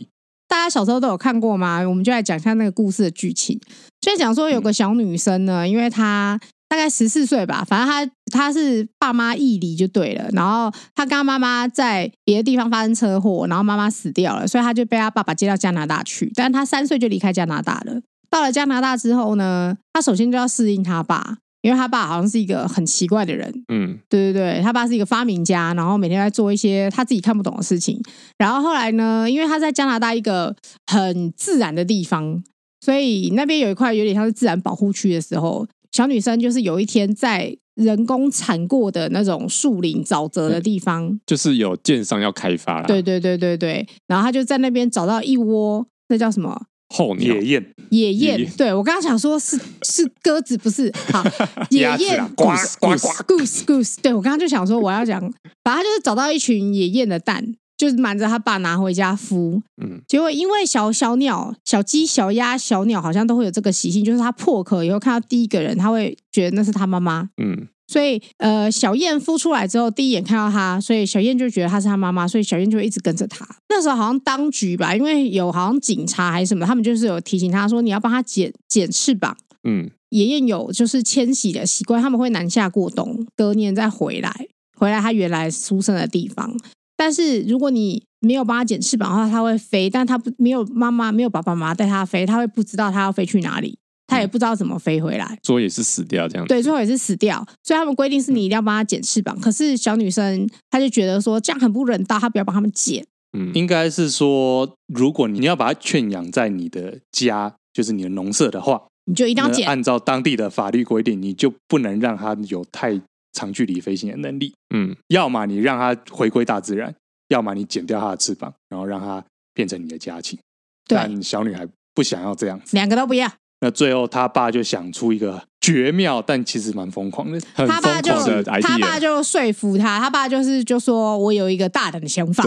[SPEAKER 3] 大家小时候都有看过吗？我们就来讲一下那个故事的剧情。就讲说有个小女生呢，因为她大概十四岁吧，反正她她是爸妈异离就对了。然后她跟她妈妈在别的地方发生车祸，然后妈妈死掉了，所以她就被她爸爸接到加拿大去。但她三岁就离开加拿大了。到了加拿大之后呢，她首先就要适应她爸，因为她爸好像是一个很奇怪的人，
[SPEAKER 2] 嗯
[SPEAKER 3] 对对对，他爸是一个发明家，然后每天在做一些他自己看不懂的事情。然后后来呢，因为他在加拿大一个很自然的地方，所以那边有一块有点像是自然保护区的时候，小女生就是有一天在人工铲过的那种树林、沼泽的地方，
[SPEAKER 2] 就是有建商要开发啦，
[SPEAKER 3] 对对对对对，然后他就在那边找到一窝，那叫什么？
[SPEAKER 2] 候鸟
[SPEAKER 1] 野雁，
[SPEAKER 3] 野雁
[SPEAKER 2] 野雁，
[SPEAKER 3] 对我刚刚想说是是鸽子，不是 好野
[SPEAKER 1] 鸭子
[SPEAKER 3] 雁
[SPEAKER 1] 啦呱
[SPEAKER 3] goose
[SPEAKER 1] 呱
[SPEAKER 3] goose goose goose，对我刚刚就想说我要讲，反正他就是找到一群野雁的蛋，就是瞒着他爸拿回家孵，
[SPEAKER 2] 嗯
[SPEAKER 3] 结果因为小小鸟、小鸡、小鸭、小鸟好像都会有这个习性，就是它破壳以后看到第一个人，它会觉得那是它妈妈，
[SPEAKER 2] 嗯
[SPEAKER 3] 所以呃，小燕孵出来之后，第一眼看到它，所以小燕就觉得它是它妈妈，所以小燕就一直跟着它。那时候好像当局吧，因为有好像警察还是什么，他们就是有提醒他说你要帮它剪剪翅膀。
[SPEAKER 2] 嗯
[SPEAKER 3] 野燕有就是迁徙的习惯，他们会南下过冬，隔年再回来，回来它原来出生的地方。但是如果你没有帮它剪翅膀的话，它会飞，但它不没有妈妈，没有爸爸妈妈带它飞，它会不知道它要飞去哪里，它也不知道怎么飞回来。
[SPEAKER 2] 所以也是死掉这样，
[SPEAKER 3] 对，最后也是死掉。所以他们规定是
[SPEAKER 2] 嗯
[SPEAKER 3] 你一定要帮他剪翅膀，可是小女生她就觉得说这样很不人道，她不要帮他们剪。
[SPEAKER 2] 嗯
[SPEAKER 1] 应该是说，如果你要把它圈养在你的家，就是你的农舍的话，
[SPEAKER 3] 你就一定要
[SPEAKER 1] 那
[SPEAKER 3] 剪，
[SPEAKER 1] 按照当地的法律规定，你就不能让它有太长距离飞行的能力。
[SPEAKER 2] 嗯
[SPEAKER 1] 要么你让它回归大自然，要么你剪掉它的翅膀，然后让它变成你的家禽。
[SPEAKER 3] 对
[SPEAKER 1] 但小女孩不想要这样子，
[SPEAKER 3] 两个都不要。
[SPEAKER 1] 那最后她爸就想出一个绝妙，但其实蛮疯 狂的。
[SPEAKER 2] 很
[SPEAKER 3] 他
[SPEAKER 2] 疯
[SPEAKER 3] 爸就
[SPEAKER 2] 狂的
[SPEAKER 3] 他爸
[SPEAKER 2] idea，
[SPEAKER 3] 就说服他，他爸就是就说我有一个大胆的想法，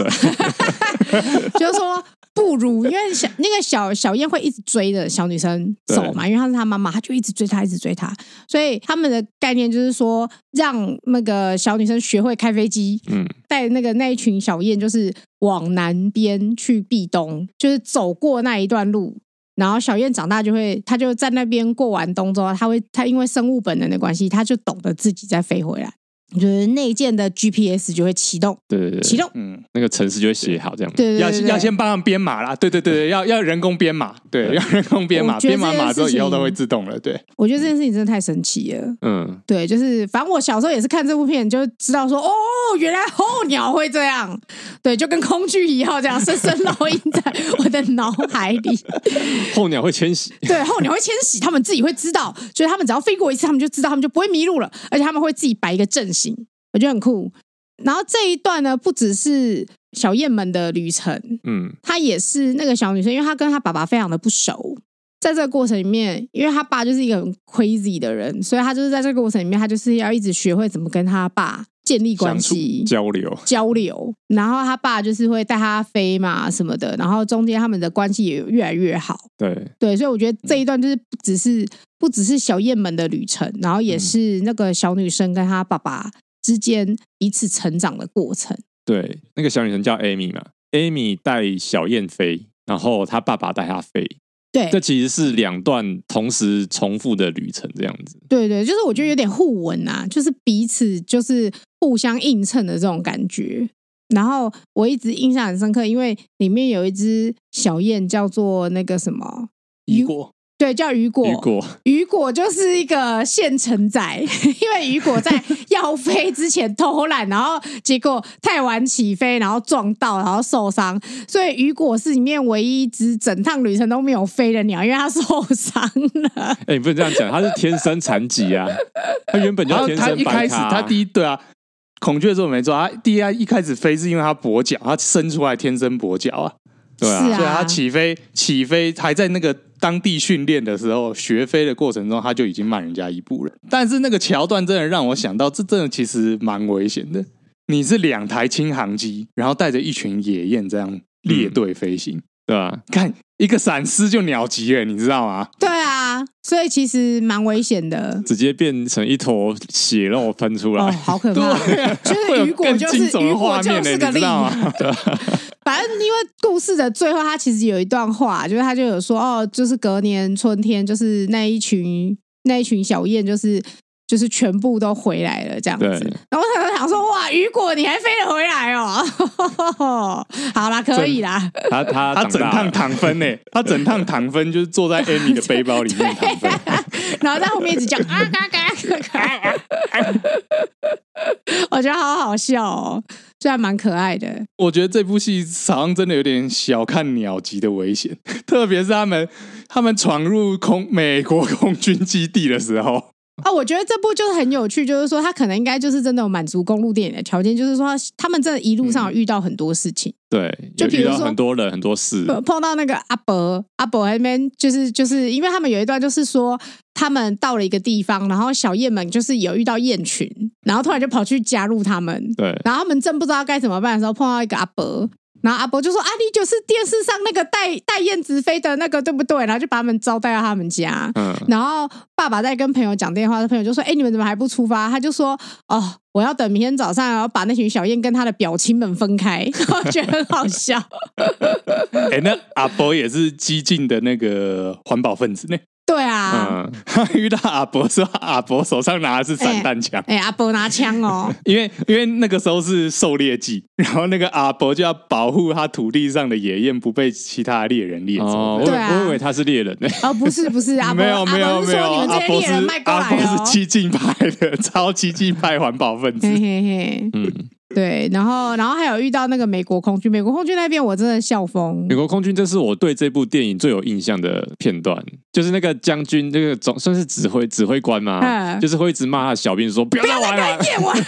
[SPEAKER 3] 就说不如因为小那个小小燕会一直追着小女生走嘛，因为她是她妈妈，她就一直追她，一直追她，所以他们的概念就是说让那个小女生学会开飞机，
[SPEAKER 2] 嗯，
[SPEAKER 3] 带那个那一群小燕就是往南边去避冬，就是走过那一段路。然后小燕长大就会，她就在那边过完冬之后，她会，她因为生物本能的关系，她就懂得自己再飞回来，就是内建的 GPS 就会启动，
[SPEAKER 2] 对对对
[SPEAKER 3] 启
[SPEAKER 2] 对，
[SPEAKER 3] 动，
[SPEAKER 1] 嗯，
[SPEAKER 2] 那个城市就会写好这样，
[SPEAKER 3] 对对
[SPEAKER 1] 要
[SPEAKER 3] 对对
[SPEAKER 1] 要先帮他们编码啦，对对对对，要要人工编码，对，
[SPEAKER 2] 对
[SPEAKER 1] 要人工编码，
[SPEAKER 3] 我觉得
[SPEAKER 1] 编完
[SPEAKER 3] 这件
[SPEAKER 1] 码之后
[SPEAKER 3] 事
[SPEAKER 1] 以后都
[SPEAKER 3] 情
[SPEAKER 1] 会自动了，对。
[SPEAKER 3] 我觉得这件事情真的太神奇了。
[SPEAKER 2] 嗯，
[SPEAKER 3] 对，就是反正我小时候也是看这部片，就知道说哦，原来候鸟会这样，对，就跟空军一号这样深 深烙印在我的脑海里。
[SPEAKER 2] 候鸟会迁 徙，
[SPEAKER 3] 对，候鸟会迁徙，他们自己会知道，所以他们只要飞过一次，他们就知道，他们就不会迷路了，而且他们会自己摆一个阵型，我觉得很酷。然后这一段呢，不只是小燕们的旅程，
[SPEAKER 2] 嗯，
[SPEAKER 3] 她也是那个小女生，因为她跟她爸爸非常的不熟。在这个过程里面，因为她爸就是一个很 crazy 的人，所以她就是在这个过程里面，她就是要一直学会怎么跟她爸建立关系、
[SPEAKER 2] 交流，
[SPEAKER 3] 交流。然后她爸就是会带她飞嘛什么的，然后中间他们的关系也越来越好。
[SPEAKER 2] 对，
[SPEAKER 3] 对，所以我觉得这一段就是不只是不只是小燕们的旅程，然后也是那个小女生跟她爸爸之间彼此成长的过程。
[SPEAKER 2] 对，那个小女生叫 Amy 嘛，Amy 带小燕飞，然后她爸爸带她飞，
[SPEAKER 3] 对，
[SPEAKER 2] 这其实是两段同时重复的旅程，这样子。
[SPEAKER 3] 对对，就是我觉得有点互文啊，就是彼此就是互相映衬的这种感觉。然后我一直印象很深刻，因为里面有一只小燕叫做那个什么，
[SPEAKER 1] 雨果，
[SPEAKER 3] 对，叫雨果。
[SPEAKER 2] 雨果，
[SPEAKER 3] 雨果就是一个现成仔， 因为雨果在要飞之前偷懒，然后结果太晚起飞，然后撞到，然后受伤，所以雨果是里面唯一一只整趟旅程都没有飞的鸟，因为它受伤 了。
[SPEAKER 2] 哎、你不能这样讲，他是天生残疾啊，他原本就
[SPEAKER 1] 然后
[SPEAKER 2] 是天
[SPEAKER 1] 他
[SPEAKER 2] 生
[SPEAKER 1] 一
[SPEAKER 2] 白
[SPEAKER 1] 开始
[SPEAKER 2] 卡、
[SPEAKER 1] 他第
[SPEAKER 2] 一，
[SPEAKER 1] 一对啊，孔雀做没错，他第一他一开始飞是因为他跛脚，他生出来天生跛脚啊，
[SPEAKER 2] 对
[SPEAKER 3] 是
[SPEAKER 2] 啊，
[SPEAKER 3] 啊
[SPEAKER 1] 所以他起飞起飞还在那个当地训练的时候，学飞的过程中他就已经慢人家一步了。但是那个桥段真的让我想到，这真的其实蛮危险的。你是两台轻航机，然后带着一群野雁这样
[SPEAKER 2] 嗯
[SPEAKER 1] 列队飞行，
[SPEAKER 2] 对啊，
[SPEAKER 1] 看一个闪失就鸟急了，你知道吗？
[SPEAKER 3] 对啊，所以其实蛮危险的。
[SPEAKER 2] 直接变成一坨血肉喷出来。
[SPEAKER 3] 哦，好可
[SPEAKER 1] 对
[SPEAKER 3] 怕！
[SPEAKER 1] 啊，
[SPEAKER 3] 就是雨果
[SPEAKER 1] 会有更
[SPEAKER 3] 就
[SPEAKER 1] 惊
[SPEAKER 3] 是
[SPEAKER 1] 悚
[SPEAKER 3] 雨
[SPEAKER 1] 的
[SPEAKER 3] 果
[SPEAKER 1] 画
[SPEAKER 3] 就
[SPEAKER 1] 面
[SPEAKER 3] 是
[SPEAKER 1] 呢，
[SPEAKER 3] 个
[SPEAKER 1] 你知
[SPEAKER 3] 例
[SPEAKER 1] 道吗？
[SPEAKER 3] 反正因为故事的最后，他其实有一段话，就是他就有说哦，就是隔年春天，就是那一群那一群小燕，就是就是全部都回来了这样子
[SPEAKER 2] 对。
[SPEAKER 3] 然后我想想说，哇，雨果你还飞得回来哦？ 好啦，可以啦，
[SPEAKER 2] 他他
[SPEAKER 1] 他
[SPEAKER 2] 长
[SPEAKER 1] 整
[SPEAKER 2] 大
[SPEAKER 1] 趟
[SPEAKER 2] 了，
[SPEAKER 1] 糖分呢、 他整趟糖分就是坐 在 Amy 的背包里面糖分，
[SPEAKER 3] 然后在后面 一直讲啊嘎嘎嘎嘎，我觉得好好笑哦，虽然蛮可爱的。
[SPEAKER 1] 我觉得这部戏好像真的有点小看鸟级的危险， 特别是他们他们闯入空美国空军基地的时 候，
[SPEAKER 3] 哦，我觉得这部就是很有趣，就是说他可能应该就是真的有满足公路电影的条件，就是说他们真的一路上有遇到很多事情，
[SPEAKER 2] 对，
[SPEAKER 3] 就
[SPEAKER 2] 有
[SPEAKER 3] 比
[SPEAKER 2] 遇
[SPEAKER 3] 如
[SPEAKER 2] 到
[SPEAKER 3] 说
[SPEAKER 2] 很多人很多事，
[SPEAKER 3] 呃碰到那个阿伯，阿伯还没就是就是因为他们有一段就是说他们到了一个地方，然后小燕们就是有遇到雁群，然后突然就跑去加入他们，
[SPEAKER 2] 对
[SPEAKER 3] 然后他们正不知道该怎么办的时候，碰到一个阿伯。然后阿伯就说：“啊，你就是电视上那个带带燕子飞的那个，对不对？”然后就把他们招待到他们家。
[SPEAKER 2] 嗯，
[SPEAKER 3] 然后爸爸在跟朋友讲电话，朋友就说：“哎、你们怎么还不出发？”他就说：“哦，我要等明天早上，然后把那群小燕跟他的表亲们分开。” 我觉得很好笑。
[SPEAKER 1] 哎、那阿伯也是激进的那个环保分子呢。
[SPEAKER 3] 对啊，
[SPEAKER 2] 嗯，
[SPEAKER 1] 他遇到阿伯的时候，阿伯手上拿的是散弹 枪，
[SPEAKER 3] 哎、阿伯拿枪哦，
[SPEAKER 1] 欸因为因为那个时候是狩猎季，然后那个阿伯就要保护他土地上的野雁不被其他猎人猎
[SPEAKER 2] 哦，
[SPEAKER 1] 走
[SPEAKER 2] 我以
[SPEAKER 1] 的。
[SPEAKER 3] 对
[SPEAKER 2] 为
[SPEAKER 3] 啊
[SPEAKER 2] 我以为他是猎人欸 呢，
[SPEAKER 3] 哦，不是不是，阿伯
[SPEAKER 1] 没有
[SPEAKER 3] 阿
[SPEAKER 1] 没有
[SPEAKER 3] 伯是
[SPEAKER 1] 没有，
[SPEAKER 3] 说你们
[SPEAKER 1] 阿
[SPEAKER 3] 这些
[SPEAKER 1] 伯
[SPEAKER 3] 猎
[SPEAKER 1] 是
[SPEAKER 3] 人卖过
[SPEAKER 1] 阿
[SPEAKER 3] 来
[SPEAKER 1] 伯
[SPEAKER 3] 哦
[SPEAKER 1] 是。激进派的， 超激进派环保分
[SPEAKER 3] 嘿
[SPEAKER 1] 子。
[SPEAKER 3] 嘿嘿，
[SPEAKER 2] 嗯，
[SPEAKER 3] 对，然后然后还有遇到那个美国空军，美国空军那边我真的笑疯
[SPEAKER 2] 美。国空军，这是我对这部电影最有印象的片段，就是那个将军，那个总算是指挥指挥官嘛，
[SPEAKER 3] 嗯
[SPEAKER 2] 就是会一直骂他的小兵说不要
[SPEAKER 3] 不
[SPEAKER 2] 再
[SPEAKER 3] 要再
[SPEAKER 2] 玩了
[SPEAKER 3] 跟，燕玩了，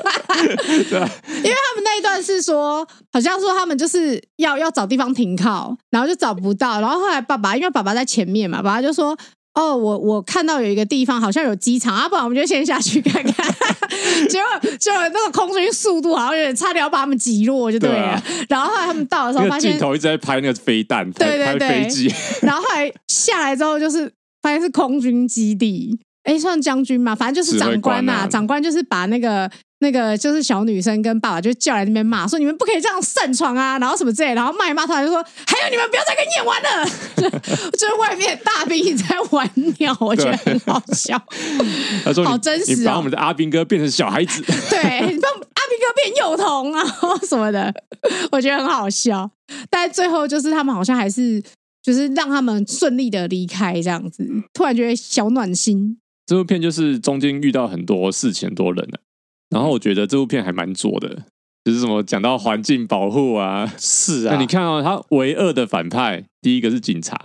[SPEAKER 2] 啊
[SPEAKER 3] 因为他们那一段是说，好像说他们就是要要找地方停靠，然后就找不到，然后后来爸爸因为爸爸在前面嘛，爸爸就说。哦，我我看到有一个地方好像有机场啊，不然我们就先下去看 看。结果就那个空军速度好像有点差点要把他们击落，就对了。
[SPEAKER 2] 对啊
[SPEAKER 3] 然后后来他们到的时
[SPEAKER 2] 那
[SPEAKER 3] 候
[SPEAKER 2] 个
[SPEAKER 3] 发
[SPEAKER 2] 镜
[SPEAKER 3] 现，
[SPEAKER 2] 头一直在拍那个飞弹，拍
[SPEAKER 3] 对对对
[SPEAKER 2] 拍飞机，
[SPEAKER 3] 然后后来下来之后就是发现是空军基地，哎，算将军嘛，反正就是
[SPEAKER 2] 指挥
[SPEAKER 3] 长官
[SPEAKER 2] 官啊
[SPEAKER 3] 长官就是把那个。那个就是小女生跟爸爸就叫来那边骂，说你们不可以这样擅闯啊，然后什么之类的，然后骂一骂，突然就说还有你们不要再跟演玩了， 就就是外面大兵一直在玩鸟，我觉得很好笑。
[SPEAKER 2] 他说你
[SPEAKER 3] 好真实哦
[SPEAKER 2] 你把我们的阿兵哥变成小 孩子，
[SPEAKER 3] 对，你帮阿兵哥变幼童啊 什么的，我觉得很好笑。但最后就是他们好像还是就是让他们顺利的离开这样子，突然觉得小暖心。
[SPEAKER 2] 这部片就是中间遇到很多事情、很多人啊。然后我觉得这部片还蛮左的，就是什么讲到环境保护啊。
[SPEAKER 1] 是啊，
[SPEAKER 2] 那你看哦，他唯二的反派，第一个是警察，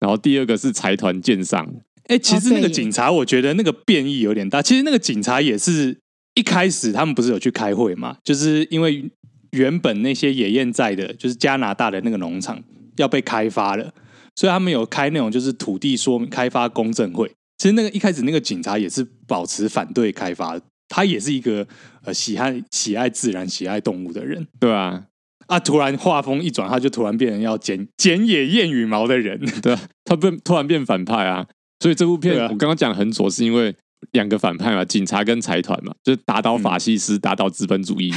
[SPEAKER 2] 然后第二个是财团建商，
[SPEAKER 1] 哎、其实那
[SPEAKER 3] 哦对
[SPEAKER 1] 个
[SPEAKER 3] 耶
[SPEAKER 1] 警察，我觉得那个变异有点大。其实那个警察也是一开始他们不是有去开会嘛，就是因为原本那些野燕在的，就是加拿大的那个农场要被开发了，所以他们有开那种就是土地说明开发公证会。其实那个一开始那个警察也是保持反对开发，他也是一个呃喜爱喜爱自然、喜爱动物的人
[SPEAKER 2] 对吧？
[SPEAKER 1] 啊。突然画风一转，他就突然变成要剪剪野燕羽毛的人。
[SPEAKER 2] 对啊，他变突然变反派啊。所以这部片
[SPEAKER 1] 对啊
[SPEAKER 2] 我刚刚讲很左，是因为两个反派嘛，警察跟财团嘛，就是打
[SPEAKER 1] 嗯
[SPEAKER 2] 倒法西斯，打倒资本 主义。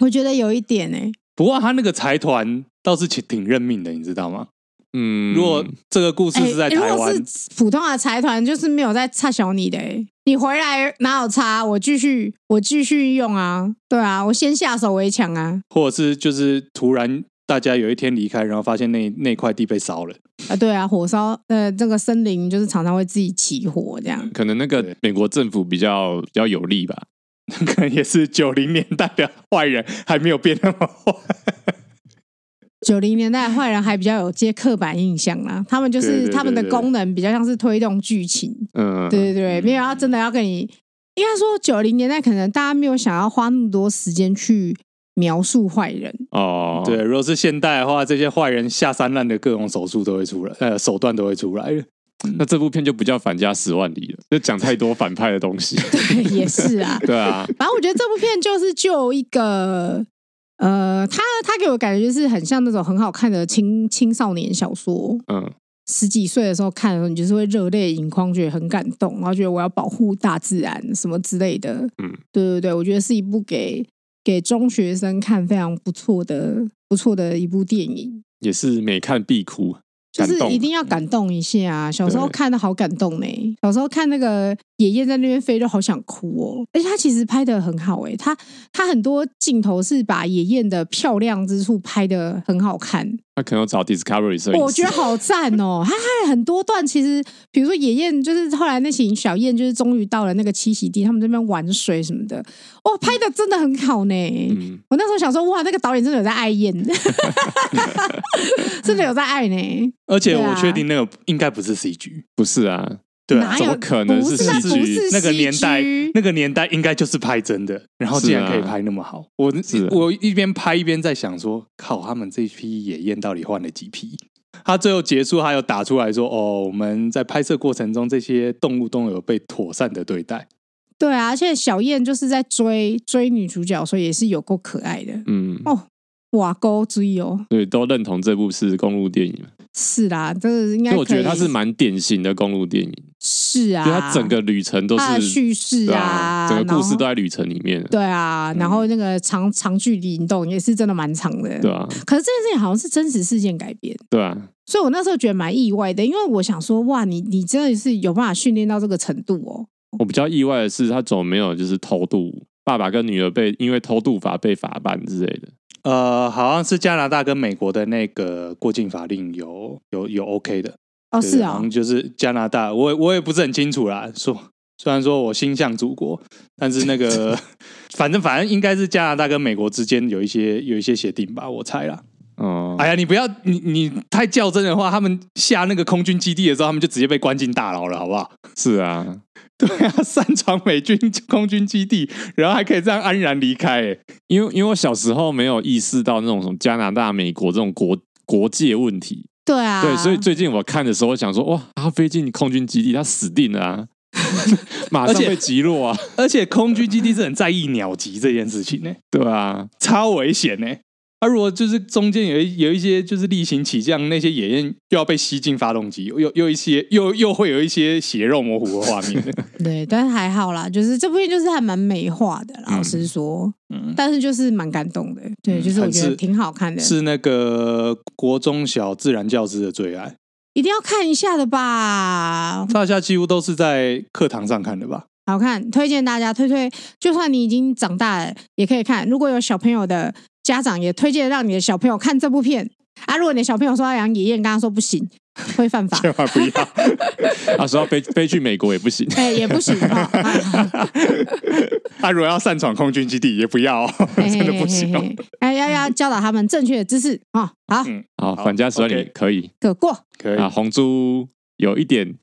[SPEAKER 3] 我觉得有一点哎、
[SPEAKER 1] 不过他那个财团倒是挺挺认命的，你知道吗？
[SPEAKER 2] 嗯，
[SPEAKER 1] 如果这个故事是在
[SPEAKER 3] 哎如
[SPEAKER 1] 台
[SPEAKER 3] 果
[SPEAKER 1] 湾，
[SPEAKER 3] 是普通的财团，就是没有在差小你的、欸，你回来哪有差？我继续，我继续用啊，对啊，我先下手为强啊，
[SPEAKER 1] 或者是就是突然大家有一天离开，然后发现那那块地被烧了，
[SPEAKER 3] 啊，对啊，火烧呃，这个森林就是常常会自己起火这样，
[SPEAKER 2] 可能那个
[SPEAKER 1] 对
[SPEAKER 2] 美国政府比较比较有利吧。
[SPEAKER 1] 可能也是九零年代的坏人还没有变那么坏。
[SPEAKER 3] 九零年代的坏人还比较有些刻板印象啦，他们就
[SPEAKER 1] 对对
[SPEAKER 3] 是
[SPEAKER 1] 对
[SPEAKER 3] 他们的
[SPEAKER 1] 对
[SPEAKER 3] 功能比较像是推动剧情，
[SPEAKER 2] 嗯，
[SPEAKER 3] 对对对，没有要真的要跟你，应该说九零年代可能大家没有想要花那么多时间去描述坏人，
[SPEAKER 2] 哦，
[SPEAKER 1] 对，如果是现代的话，这些坏人下三滥的各种手术都会出来，呃，手段都会出来的。
[SPEAKER 2] 那这部片就不叫反家十万里了，就讲太多反派的东西。
[SPEAKER 3] 对，也是啊。
[SPEAKER 2] 对啊，
[SPEAKER 3] 反正我觉得这部片就是就一个呃，他他给我感觉就是很像那种很好看的青青少年小说，
[SPEAKER 2] 嗯，
[SPEAKER 3] 十几岁的时候看的时候，你就是会热泪盈眶，觉得很感动，然后觉得我要保护大自然什么之类的。
[SPEAKER 2] 嗯，
[SPEAKER 3] 对对对，我觉得是一部给给中学生看非常不错的不错的一部电影，
[SPEAKER 2] 也是每看必哭，
[SPEAKER 3] 就
[SPEAKER 2] 感
[SPEAKER 3] 是
[SPEAKER 2] 动嗯
[SPEAKER 3] 一定要感动一下啊！小时候
[SPEAKER 2] 对
[SPEAKER 3] 看的好感动呢、小时候看那个爷爷在那边飞，就好想哭哦。而且他其实拍的很好诶、他他很多镜头是把爷爷的漂亮之处拍的很好看。
[SPEAKER 2] 他可能有找 Discovery 摄影师。
[SPEAKER 3] 我觉得好赞哦！他还很多段，其实比如说野燕，就是后来那群小燕，就是终于到了那个栖息地，他们这边玩水什么的，哇，拍的真的很好呢。
[SPEAKER 2] 嗯，
[SPEAKER 3] 我那时候想说，哇，那个导演真的有在爱燕， 真的有在爱 呢。
[SPEAKER 1] 而且
[SPEAKER 3] 对啊
[SPEAKER 1] 我确定那个应该不是 CG，
[SPEAKER 2] 不是啊，
[SPEAKER 1] 对啊
[SPEAKER 3] 哪
[SPEAKER 2] 怎
[SPEAKER 3] 有
[SPEAKER 2] 么可能
[SPEAKER 3] 不
[SPEAKER 2] 是
[SPEAKER 3] 是那
[SPEAKER 2] CG
[SPEAKER 3] 不是
[SPEAKER 1] 那个年代
[SPEAKER 3] CG，
[SPEAKER 1] 那个年代应该就是拍真的，然后竟然可以拍那么好，我
[SPEAKER 2] 啊是啊
[SPEAKER 1] 我一边拍一边在想说，靠，他们这批野雁到底换了几批？他最后结束，他有打出来说，哦，我们在拍摄过程中，这些动物都有被妥善的对待。
[SPEAKER 3] 对啊，而且小燕就是在追追女主角，所以也是有够可爱的。
[SPEAKER 2] 嗯，
[SPEAKER 3] 哦哇，够追哦，
[SPEAKER 2] 对，都认同这部是公路电影，
[SPEAKER 3] 是啦，这个应
[SPEAKER 2] 所
[SPEAKER 3] 该
[SPEAKER 2] 以我觉
[SPEAKER 3] 可
[SPEAKER 2] 得
[SPEAKER 3] 以
[SPEAKER 2] 它是蛮典型的公路电影，
[SPEAKER 3] 是啊，
[SPEAKER 2] 就它整个旅程都
[SPEAKER 3] 它的
[SPEAKER 2] 是
[SPEAKER 3] 叙事
[SPEAKER 2] 对
[SPEAKER 3] 啊，
[SPEAKER 2] 整个故
[SPEAKER 3] 然
[SPEAKER 2] 事
[SPEAKER 3] 后
[SPEAKER 2] 都在旅程里面，
[SPEAKER 3] 对
[SPEAKER 2] 嗯
[SPEAKER 3] 啊，然后那个长长距离运动也是真的蛮长的。
[SPEAKER 2] 对，啊，
[SPEAKER 3] 可是这件事情好像是真实事件改编，
[SPEAKER 2] 对啊，
[SPEAKER 3] 所以我那时候觉得蛮意外的，因为我想说，哇，你你真的是有办法训练到这个程度哦。
[SPEAKER 2] 我比较意外的是，他怎么没有就是偷渡？爸爸跟女儿被因为偷渡法被法办之类的，
[SPEAKER 1] 呃，好像是加拿大跟美国的那个过境法令有有有 OK 的，
[SPEAKER 3] 哦，
[SPEAKER 1] 对
[SPEAKER 2] 啊
[SPEAKER 3] 是
[SPEAKER 1] 好
[SPEAKER 3] 哦
[SPEAKER 1] 像，就是加拿大，我也我也不是很清楚啦。说虽然说我心向祖国，但是那 个反正反正应该是加拿大跟美国之间有一些有一些协定吧，我猜啦。
[SPEAKER 2] 哦、
[SPEAKER 1] 哎呀，你不要你你太较真的话，他们下那个空军基地的时候，他们就直接被关进大牢了，好不好？
[SPEAKER 2] 是啊，
[SPEAKER 1] 对啊，擅闯美军空军基地，然后还可以这样安然离开、哎，
[SPEAKER 2] 因为因为我小时候没有意识到那种什么加拿大、美国这种国国界问题，
[SPEAKER 3] 对啊，
[SPEAKER 2] 对，所以最近我看的时候，我想说，哇，他飞进空军基地，他死定 了啊！马上
[SPEAKER 1] 而且
[SPEAKER 2] 被击落啊！
[SPEAKER 1] 而且空军基地是很在意鸟击这件事情呢、
[SPEAKER 2] 对啊，
[SPEAKER 1] 超危险呢、啊，如果就是中间有一有一些就是例行起降，那些野雁又要被吸进发动机，又又一些又又会有一些血肉模糊的画面。
[SPEAKER 3] 对，但是还好啦，就是这部片就是还蛮美化的啦，
[SPEAKER 1] 嗯
[SPEAKER 3] 老实说，
[SPEAKER 1] 嗯，
[SPEAKER 3] 但是就是蛮感动的，
[SPEAKER 2] 嗯
[SPEAKER 3] 对，就是我
[SPEAKER 1] 很
[SPEAKER 3] 觉得
[SPEAKER 1] 是
[SPEAKER 3] 挺好看的，
[SPEAKER 1] 是那个国中小自然教师的最爱，
[SPEAKER 3] 一定要看一下的吧，
[SPEAKER 1] 大家几乎都是在课堂上看的吧？
[SPEAKER 3] 好看，推荐大家推推，就算你已经长大了也可以看，如果有小朋友的家长也推荐让你的小朋友看这部片啊，如果你的小朋友说要养野雁，跟他说不行，会犯法。
[SPEAKER 1] 千万不要。
[SPEAKER 2] 他说要飞飞去美国也不行。
[SPEAKER 3] 哎、也不行哦啊！
[SPEAKER 1] 他啊如果要擅闯空军基地，也不要、哦，
[SPEAKER 3] 嘿
[SPEAKER 1] 真的不行、
[SPEAKER 3] 嘿
[SPEAKER 1] 哦
[SPEAKER 3] 嘿。嘿哎，要要教导他们正确的知识啊、哦！好，
[SPEAKER 1] 嗯
[SPEAKER 2] 好，
[SPEAKER 1] 好
[SPEAKER 2] 反家十万里
[SPEAKER 1] OK
[SPEAKER 2] 可以
[SPEAKER 3] 可过
[SPEAKER 1] 可以
[SPEAKER 2] 啊。，红猪有一点，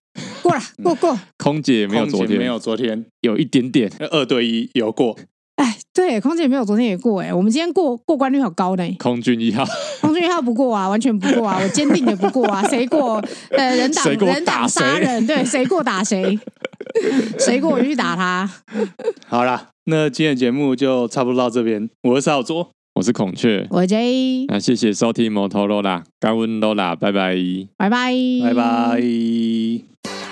[SPEAKER 3] 过了，过过。
[SPEAKER 2] 空姐没有
[SPEAKER 1] 空
[SPEAKER 2] 昨
[SPEAKER 1] 姐没
[SPEAKER 2] 天，
[SPEAKER 1] 有昨天
[SPEAKER 2] 有一点点。
[SPEAKER 1] 二对一有过，
[SPEAKER 3] 哎，对，空姐没有昨天也过哎、我们今天过过关率好高呢、
[SPEAKER 2] 空军一号，
[SPEAKER 3] 空军一号不过啊，完全不过 啊，我坚定的不过啊，谁过？呃，人挡
[SPEAKER 2] 谁过
[SPEAKER 3] 人挡
[SPEAKER 2] 打谁
[SPEAKER 3] 杀人，对，谁过打谁， 谁过我就去打他。
[SPEAKER 1] 好啦，那今天的节目就差不多到这边。我是少佐，
[SPEAKER 2] 我是孔雀。
[SPEAKER 3] 我 J，
[SPEAKER 2] 那谢谢收听摩托罗拉，干温罗拉，拜拜。
[SPEAKER 3] 拜拜，
[SPEAKER 1] 拜拜。